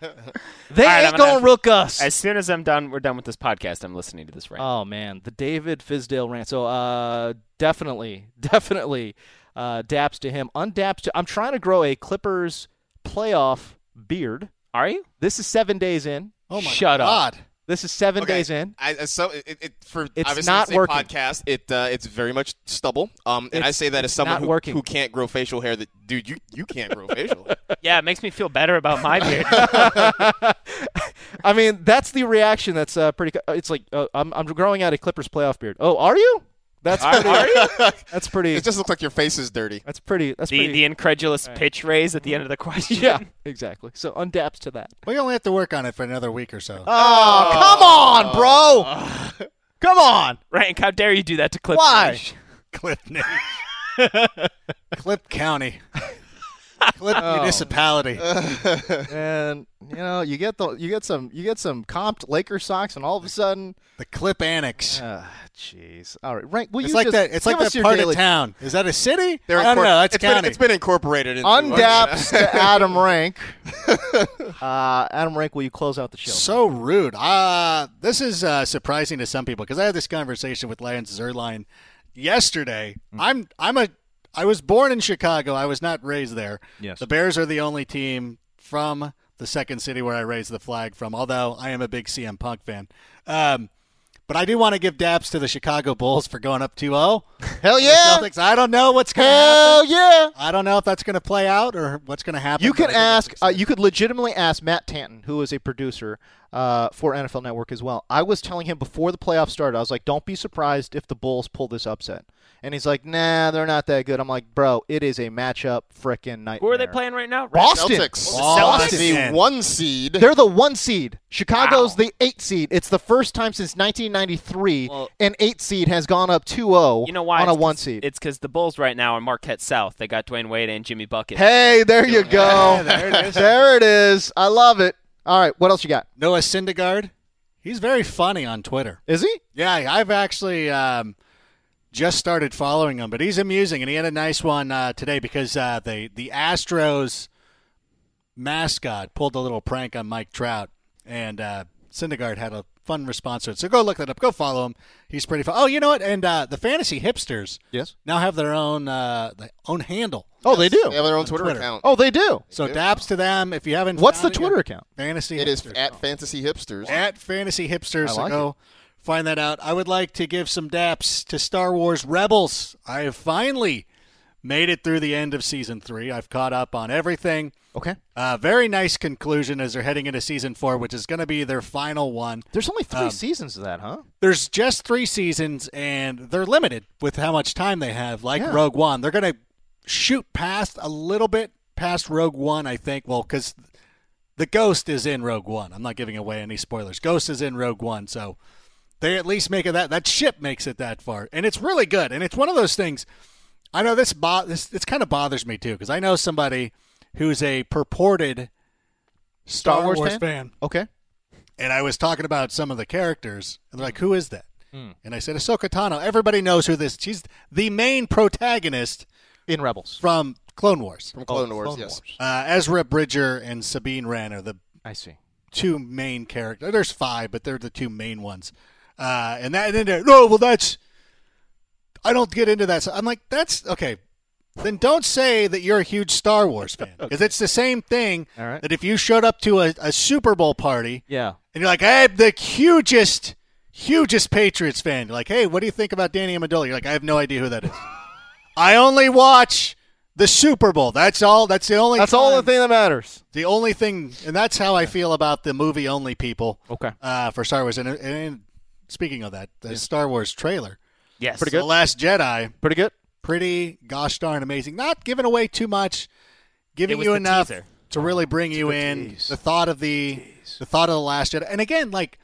Speaker 3: gonna
Speaker 1: gonna
Speaker 3: have to-
Speaker 1: rook us.
Speaker 3: As soon as I'm done, we're done with this podcast. I'm listening to this right.
Speaker 1: Oh man, the David Fizdale rant. So uh, definitely, [LAUGHS] definitely, uh, daps to him. Undaps to. I'm trying to grow a Clippers playoff beard.
Speaker 3: now. Are you?
Speaker 1: This is seven days in.
Speaker 2: Oh my
Speaker 3: Shut up.
Speaker 2: God.
Speaker 1: This is seven
Speaker 4: Okay.
Speaker 1: days in.
Speaker 4: I, I- so it, it for
Speaker 1: It's
Speaker 4: obviously
Speaker 1: not
Speaker 4: it's a
Speaker 1: working.
Speaker 4: podcast. It uh, it's very much stubble. Um, and I
Speaker 1: It's-
Speaker 4: say that
Speaker 1: it's
Speaker 4: as someone
Speaker 1: not
Speaker 4: who,
Speaker 1: working.
Speaker 4: who can't grow facial hair. That dude, you you can't grow facial hair.
Speaker 1: [LAUGHS]
Speaker 3: Yeah, it makes me feel better about my beard.
Speaker 1: I mean, that's the reaction. That's uh, pretty. co- It's like uh, I'm, I'm growing out a Clippers playoff beard. Oh, are you? That's
Speaker 4: Are-
Speaker 1: pretty.
Speaker 4: are you?
Speaker 1: [LAUGHS] That's pretty.
Speaker 4: It just looks like your face is dirty.
Speaker 1: That's pretty. That's
Speaker 3: the,
Speaker 1: pretty.
Speaker 3: the incredulous pitch raise at the end of the question. [LAUGHS]
Speaker 1: yeah, exactly. So undaps to that.
Speaker 2: We only have to work on it for another week
Speaker 3: [LAUGHS]
Speaker 2: or so.
Speaker 1: Oh, come on, bro. come on.
Speaker 3: Rank, how dare you do that to Clip?
Speaker 1: Why?
Speaker 3: Nation?
Speaker 2: Clip name.
Speaker 3: [LAUGHS]
Speaker 2: Clip County. Clip
Speaker 3: Oh.
Speaker 2: Municipality.
Speaker 3: Uh.
Speaker 1: And you know, you get the you get some you get some comped Laker socks, and all of a sudden,
Speaker 2: The Clip Annex.
Speaker 1: ah, jeez. All right, right. Will
Speaker 2: it's
Speaker 1: you
Speaker 2: like
Speaker 1: just
Speaker 2: that. It's like
Speaker 1: give
Speaker 2: that
Speaker 1: us your
Speaker 2: part
Speaker 1: daily-
Speaker 2: of town. Is that a city?
Speaker 4: They're
Speaker 2: I don't
Speaker 4: incorpor-
Speaker 2: know. That's
Speaker 4: it's
Speaker 2: county.
Speaker 4: Been, it's been incorporated
Speaker 1: [LAUGHS]
Speaker 4: into
Speaker 1: Undaps
Speaker 4: [LAUGHS]
Speaker 1: to Adam Rank. [LAUGHS] Uh, Adam Rank, will you close out the show?
Speaker 2: So rude. Uh, this is uh, surprising to some people because I had this conversation with Lance Zerline yesterday. I'm I'm a I was born in Chicago. I was not raised there.
Speaker 10: Yes.
Speaker 2: The Bears are the only team from the second city where I raised the flag from. Although I am a big CM Punk fan. Um, but I do want to give daps to the Chicago Bulls for going up 2-0.
Speaker 1: Hell yeah!
Speaker 2: Celtics, I don't know what's going to
Speaker 1: Hell
Speaker 2: happen.
Speaker 1: yeah!
Speaker 2: I don't know if that's going to play out or what's going to happen.
Speaker 1: You
Speaker 2: but
Speaker 1: can
Speaker 2: I think
Speaker 1: ask.
Speaker 2: that's
Speaker 1: Uh, you could legitimately ask Matt Tanton, who is a producer uh, for NFL Network as well. I was telling him before the playoffs started, I was like, "Don't be surprised if the Bulls pull this upset." And he's like, "Nah, they're not that good." I'm like, "Bro, it is a matchup freaking nightmare."
Speaker 3: Who are they playing right now?
Speaker 1: Boston.
Speaker 4: Celtics.
Speaker 2: Boston.
Speaker 4: The one seed.
Speaker 1: They're the one seed. Chicago's the eight seed. It's the first time since 1993
Speaker 3: Well-
Speaker 1: an eight seed has gone up 2-0
Speaker 3: You know why?
Speaker 1: on
Speaker 3: It's
Speaker 1: a
Speaker 3: 'cause-
Speaker 1: one seed.
Speaker 3: It's because the Bulls right now are Marquette South. They got Dwayne Wade and Jimmy Bucket.
Speaker 1: Hey, there you [LAUGHS] go.
Speaker 2: there it is.
Speaker 1: there it is. I love it. All right, what else you got?
Speaker 2: Noah Syndergaard, he's very funny on Twitter.
Speaker 1: Is he?
Speaker 2: Yeah, I've actually um, just started following him, but he's amusing, and he had a nice one uh, today because uh, the the Astros mascot pulled a little prank on Mike Trout, and uh, Syndergaard had a fun response to it. So go look that up. Go follow him. He's pretty fun. Oh, you know what? And uh, the fantasy hipsters
Speaker 1: Yes.
Speaker 2: now have their own uh, their own handle.
Speaker 1: Oh, they do.
Speaker 4: They have their own Twitter,
Speaker 2: Twitter.
Speaker 4: account.
Speaker 1: Oh, they do.
Speaker 2: So daps to them if you haven't.
Speaker 1: What's the
Speaker 2: found it yet.
Speaker 1: Twitter account?
Speaker 2: Fantasy.
Speaker 4: it is
Speaker 2: hipsters
Speaker 4: at Fantasy Hipsters.
Speaker 2: at fantasy hipsters.
Speaker 1: I
Speaker 2: so
Speaker 1: like
Speaker 2: go find that out. I would like to give some daps to Star Wars Rebels. I have finally made it through the end of season three. I've caught up on everything.
Speaker 1: Okay.
Speaker 2: Uh, very nice conclusion as they're heading into season four, which is going to be their final one.
Speaker 1: There's only three
Speaker 2: Um,
Speaker 1: seasons of that, huh?
Speaker 2: There's just three seasons, and they're limited with how much time they have. Like
Speaker 1: Yeah.
Speaker 2: Rogue One, they're going to shoot past a little bit past Rogue One, I think. Well, because the Ghost is in Rogue One. I'm not giving away any spoilers. Ghost is in Rogue One, so they at least make it that that ship makes it that far, and it's really good. And it's one of those things. I know this bo- this it's kind of bothers me too because I know somebody who's a purported Star,
Speaker 1: Wars
Speaker 2: Wars
Speaker 1: fan?
Speaker 2: fan
Speaker 1: Okay.
Speaker 2: and I was talking about some of the characters, and they're like,
Speaker 1: Hmm.
Speaker 2: "Who is that?" And I said, "Ahsoka Tano." Everybody knows who this. She's the main protagonist
Speaker 1: In Rebels.
Speaker 2: from Clone Wars.
Speaker 4: from Clone
Speaker 1: Oh,
Speaker 4: Wars, yes.
Speaker 2: Uh, Ezra Bridger and Sabine Wren are the
Speaker 1: I see.
Speaker 2: two main characters. There's five, but they're the two main ones. Uh, and that, and then they're, no, well, that's. I don't get into that. So I'm like, that's okay. Then don't say that you're a huge Star Wars
Speaker 1: [LAUGHS]
Speaker 2: fan because it's the same thing.
Speaker 1: All right.
Speaker 2: That if you showed up to a, a Super Bowl party
Speaker 1: Yeah.
Speaker 2: and you're like, I'm the hugest, hugest Patriots fan. You're like, hey, what do you think about Danny Amendola? You're like, I have no idea
Speaker 1: [LAUGHS]
Speaker 2: who that is. I only watch the Super Bowl. That's all. That's the only.
Speaker 1: That's all the
Speaker 2: time-
Speaker 1: thing that matters.
Speaker 2: The only thing, and that's how I feel about the movie only people.
Speaker 1: Okay.
Speaker 2: Uh, for Star Wars, and, and speaking of that, the Star Wars trailer,
Speaker 3: yes.
Speaker 1: Pretty
Speaker 2: The
Speaker 1: good.
Speaker 2: Last Jedi,
Speaker 1: Pretty good.
Speaker 2: pretty gosh darn amazing. Not giving away too much,
Speaker 3: It
Speaker 2: giving
Speaker 3: was
Speaker 2: you
Speaker 3: the
Speaker 2: enough
Speaker 3: teaser.
Speaker 2: to really bring you in.
Speaker 1: tease.
Speaker 2: The thought of the the thought of the last Jedi, and again, like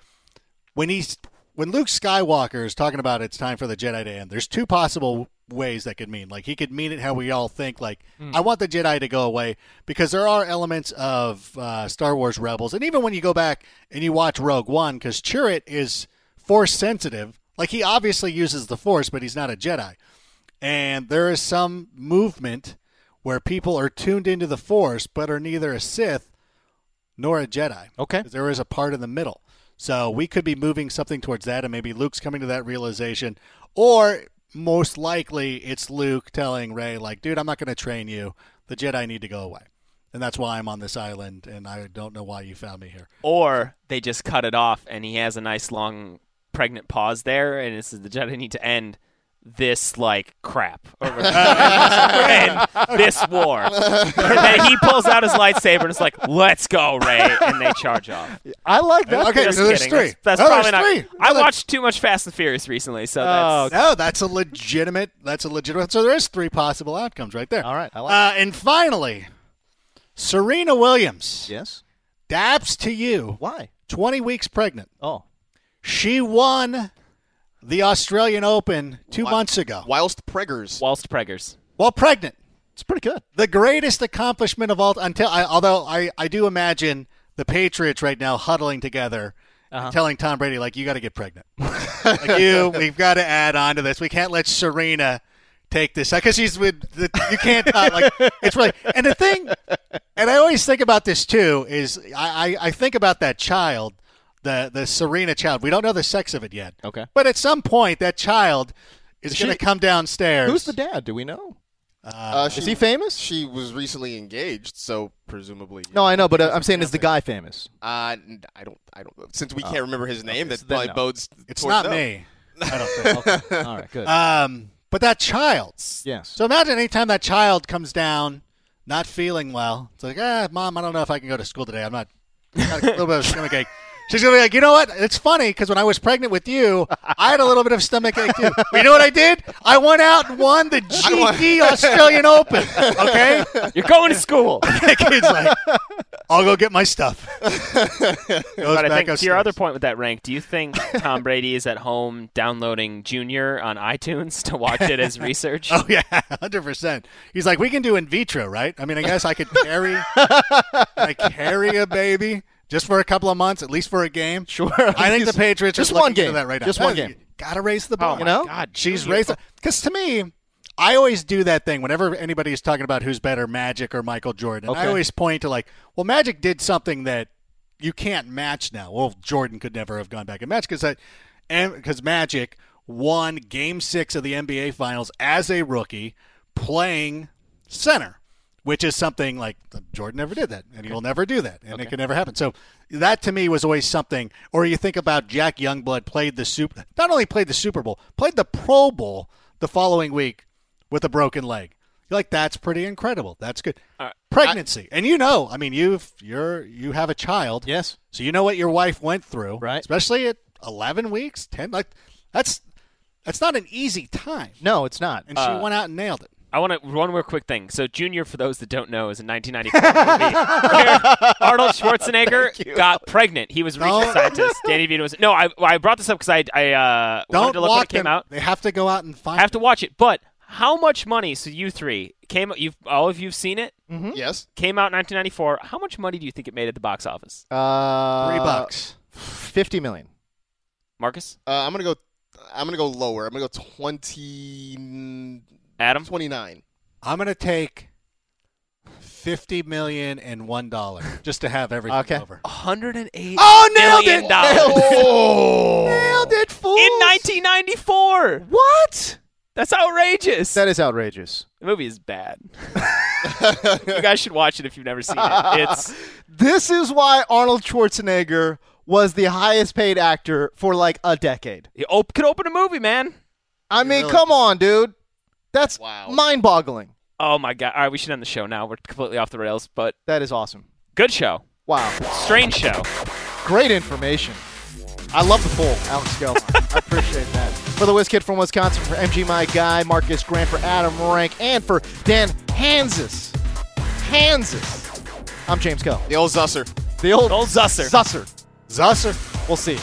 Speaker 2: when he's when Luke Skywalker is talking about it's time for the Jedi to end. There's two possible ways that could mean. Like he could mean it how we all think. Like
Speaker 3: Hmm.
Speaker 2: I want the Jedi to go away because there are elements of uh, Star Wars Rebels, and even when you go back and you watch Rogue One, because Chirrut is Force sensitive. Like he obviously uses the Force, but he's not a Jedi and there is some movement where people are tuned into the Force but are neither a Sith nor a Jedi.
Speaker 1: Okay.
Speaker 2: There is a part in the middle. So we could be moving something towards that, and maybe Luke's coming to that realization, or most likely it's Luke telling Ray, like, dude, I'm not going to train you. The Jedi need to go away. And that's why I'm on this island, and I don't know why you found me here.
Speaker 3: Or they just cut it off, and he has a nice long pregnant pause there, and this is the Jedi need to end. this like crap over
Speaker 2: [LAUGHS]
Speaker 3: and this war. And then he pulls out his lightsaber and is like, "Let's go, Ray!" And they charge off.
Speaker 1: I like that.
Speaker 2: [LAUGHS] Okay,
Speaker 3: Just
Speaker 2: so there's
Speaker 3: kidding.
Speaker 2: three.
Speaker 3: That's, that's
Speaker 2: No,
Speaker 3: probably
Speaker 2: there's
Speaker 3: not.
Speaker 2: three.
Speaker 3: I
Speaker 2: No, that-
Speaker 3: watched too much Fast and Furious recently, so that's
Speaker 2: No, Oh, that's a legitimate. That's a legitimate. So there is three possible outcomes right there.
Speaker 1: All right, I like.
Speaker 2: Uh, and finally, Serena Williams
Speaker 1: yes.
Speaker 2: daps to you.
Speaker 1: Why?
Speaker 2: 20 weeks pregnant.
Speaker 1: Oh,
Speaker 2: She won the Australian Open two months ago.
Speaker 4: Whilst preggers.
Speaker 3: whilst preggers.
Speaker 2: While pregnant.
Speaker 1: it's pretty good.
Speaker 2: The greatest accomplishment of all until I, although I, I do imagine the Patriots right now huddling together
Speaker 1: Uh-huh.
Speaker 2: and telling Tom Brady like you got to get pregnant. [LAUGHS] like you we've got to add on to this. We can't let Serena take this because she's with the, you can't uh, like it's really and the thing and I always think about this too is I, I, I think about that child the the Serena child. We don't know the sex of it yet.
Speaker 3: Okay.
Speaker 2: But at some point that child is going to come downstairs.
Speaker 1: Who's the dad? Do we know?
Speaker 4: Uh, she,
Speaker 1: Is he famous?
Speaker 4: she was recently engaged, so presumably.
Speaker 1: No, I know, but uh, I'm saying is the guy famous?
Speaker 4: Uh, n- I don't. I don't. know. Since
Speaker 1: Oh.
Speaker 4: we can't remember his name, that
Speaker 1: then
Speaker 4: probably
Speaker 1: no.
Speaker 4: bodes.
Speaker 2: It's
Speaker 4: towards
Speaker 2: not
Speaker 4: no.
Speaker 2: me. I don't
Speaker 1: [LAUGHS]
Speaker 2: think.
Speaker 1: All right, good.
Speaker 2: Um, but that child.
Speaker 1: yes.
Speaker 2: So imagine anytime that child comes down, not feeling well. It's like, ah, mom, I don't know if I can go to school today. I'm not. Got a little bit of stomach ache. She's gonna be like, you know what? It's funny because when I was pregnant with you, I had a little bit of stomach ache too. [LAUGHS] But you know what I did? I went out and won the GD Australian Open. Okay,
Speaker 3: You're going to
Speaker 2: [LAUGHS]
Speaker 3: school.
Speaker 2: the kid's like, I'll go get my stuff. Goes
Speaker 3: But I
Speaker 2: back
Speaker 3: think to your
Speaker 2: upstairs.
Speaker 3: other point with that rank, do you think Tom Brady is at home downloading Junior on iTunes to watch it as research?
Speaker 2: [LAUGHS] Oh yeah, hundred percent. He's like, we can do in vitro, right? I mean, I guess I
Speaker 1: [LAUGHS]
Speaker 2: could carry, I carry a baby just for a couple of months, at least for
Speaker 1: [LAUGHS]
Speaker 2: a game. Sure. I think the Patriots
Speaker 1: Just
Speaker 2: are looking
Speaker 1: one game.
Speaker 2: into that right now.
Speaker 1: Just one
Speaker 2: Uh,
Speaker 1: game. Oh,
Speaker 2: Gotta raise the bar.
Speaker 1: my You know?
Speaker 3: God,
Speaker 2: she's
Speaker 3: Junior.
Speaker 2: raised because to me, I always do that thing whenever anybody is talking about who's better, Magic or Michael Jordan. I
Speaker 1: Okay.
Speaker 2: always point to like, well, Magic did something that you can't match now. Well, Jordan could never have gone back and match because that because Magic won Game Six of the NBA Finals as a rookie, playing center, which is something like Jordan never did that, and he'll never do that, and it can never happen. So that to me was always something. Or you think about Jack Youngblood played the super, not only played the Super Bowl, played the Pro Bowl the following week with a broken leg. You're like, that's pretty incredible. That's good. Pregnancy, and you know, I mean, you've you're you have a child,
Speaker 1: Yes.
Speaker 2: so you know what your wife went through,
Speaker 1: Right.
Speaker 2: Especially at eleven weeks, ten. Like that's that's not an easy time.
Speaker 1: No, it's not.
Speaker 2: And
Speaker 3: Uh,
Speaker 2: she went out and nailed it.
Speaker 3: I want to one more quick thing. So Junior, for those that don't know, is a 1994 movie where Arnold Schwarzenegger got pregnant. He was a research
Speaker 2: Don't-
Speaker 3: scientist. Danny DeVito was no. I, I brought this up because I I uh, wanted
Speaker 2: Don't
Speaker 3: to look when
Speaker 2: walk
Speaker 3: it came
Speaker 2: them.
Speaker 3: out.
Speaker 2: They have to go out and find.
Speaker 3: I have to watch it. But how much money? So you three came. You have all of you've seen it.
Speaker 4: Yes.
Speaker 3: Came out in 1994. How much money do you think it made at the box office,
Speaker 1: Uh,
Speaker 2: three bucks.
Speaker 1: Fifty million.
Speaker 3: Marcus?
Speaker 4: Uh, I'm gonna go. I'm gonna go lower. I'm gonna go 20,
Speaker 3: Adam?
Speaker 4: 29.
Speaker 2: I'm gonna take fifty million and one dollar just to have everything
Speaker 1: Okay.
Speaker 2: over.
Speaker 3: 108
Speaker 1: Oh, nailed
Speaker 3: million
Speaker 1: it!
Speaker 3: dollars
Speaker 1: Nailed it! [LAUGHS]
Speaker 4: Oh.
Speaker 1: it, fool.
Speaker 3: in 1994.
Speaker 1: What?
Speaker 3: That's outrageous.
Speaker 1: That is outrageous.
Speaker 3: the movie is bad. [LAUGHS] you guys should watch it if you've never seen it. It's
Speaker 1: This is why Arnold Schwarzenegger was the highest paid actor for like a decade.
Speaker 3: it op- could open a movie, man.
Speaker 1: I mean, come on, dude. That's
Speaker 4: Wow.
Speaker 1: mind boggling.
Speaker 3: Oh my god! All right, we should end the show now. We're completely off the rails, but
Speaker 1: That is awesome.
Speaker 3: good show.
Speaker 1: Wow.
Speaker 3: Strange show.
Speaker 1: Great information. I love the poll, Alex Gelman. I appreciate that. For the Whiz Kid from Wisconsin, for MG My Guy, Marcus Grant, for Adam Rank, and for Dan Hansis. Hansis. I'm James Coe.
Speaker 4: The old Zusser.
Speaker 1: The old,
Speaker 3: Old Zusser.
Speaker 1: Zusser.
Speaker 2: Zusser.
Speaker 1: We'll see.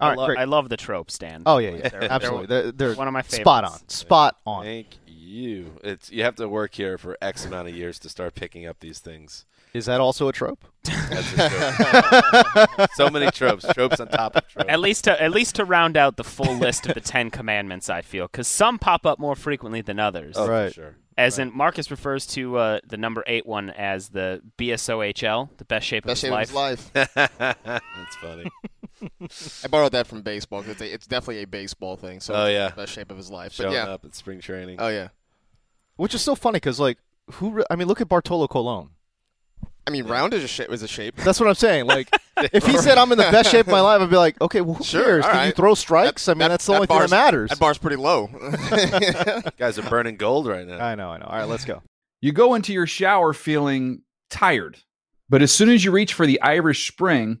Speaker 1: All
Speaker 3: I,
Speaker 1: right,
Speaker 3: lo-
Speaker 1: great.
Speaker 3: I love the trope, Stan.
Speaker 1: Oh yeah, yeah,
Speaker 3: They're- they're-
Speaker 1: absolutely. They're, they're
Speaker 3: one of my
Speaker 1: Spot
Speaker 3: favorites.
Speaker 1: on, spot on.
Speaker 6: Thank you. It's you have to work here for X amount of years to start picking up these things.
Speaker 1: Is that also
Speaker 3: [LAUGHS]
Speaker 1: a trope? [LAUGHS]
Speaker 4: [LAUGHS]
Speaker 6: so many tropes, tropes on top of tropes.
Speaker 3: At least to at least to round out the full list of the [LAUGHS] Ten Commandments, I feel, because some pop up more frequently than others.
Speaker 6: Oh, for Right. sure.
Speaker 3: As in, Marcus refers to uh, the number eight one as the BSOHL, the best shape
Speaker 4: Best
Speaker 3: of
Speaker 4: shape
Speaker 3: his
Speaker 4: of
Speaker 3: life.
Speaker 4: his life.
Speaker 6: [LAUGHS] That's funny.
Speaker 4: [LAUGHS] I borrowed that from baseball because it's, a- it's definitely a baseball thing. So
Speaker 6: Oh,
Speaker 4: it's
Speaker 6: yeah.
Speaker 4: the best shape of his life.
Speaker 6: Showing
Speaker 4: but yeah,
Speaker 6: up at spring training.
Speaker 4: oh yeah.
Speaker 1: Which is so funny because, like, who? Re- I mean, look at Bartolo Colon.
Speaker 4: I mean, round is a shape. Is a shape.
Speaker 1: That's what I'm saying. Like, [LAUGHS] if he said I'm in the best shape of my life, I'd be like, okay, well, who
Speaker 4: Sure,
Speaker 1: cares?
Speaker 4: all
Speaker 1: Can you
Speaker 4: right.
Speaker 1: throw strikes? I mean, that's the only thing that
Speaker 4: bar's-
Speaker 1: matters.
Speaker 4: That bar's pretty
Speaker 1: [LAUGHS]
Speaker 4: low. [LAUGHS]
Speaker 6: guys are burning gold right now.
Speaker 1: I know, I know. All right, let's go.
Speaker 8: You go into your shower feeling tired, but as soon as you reach for the Irish Spring,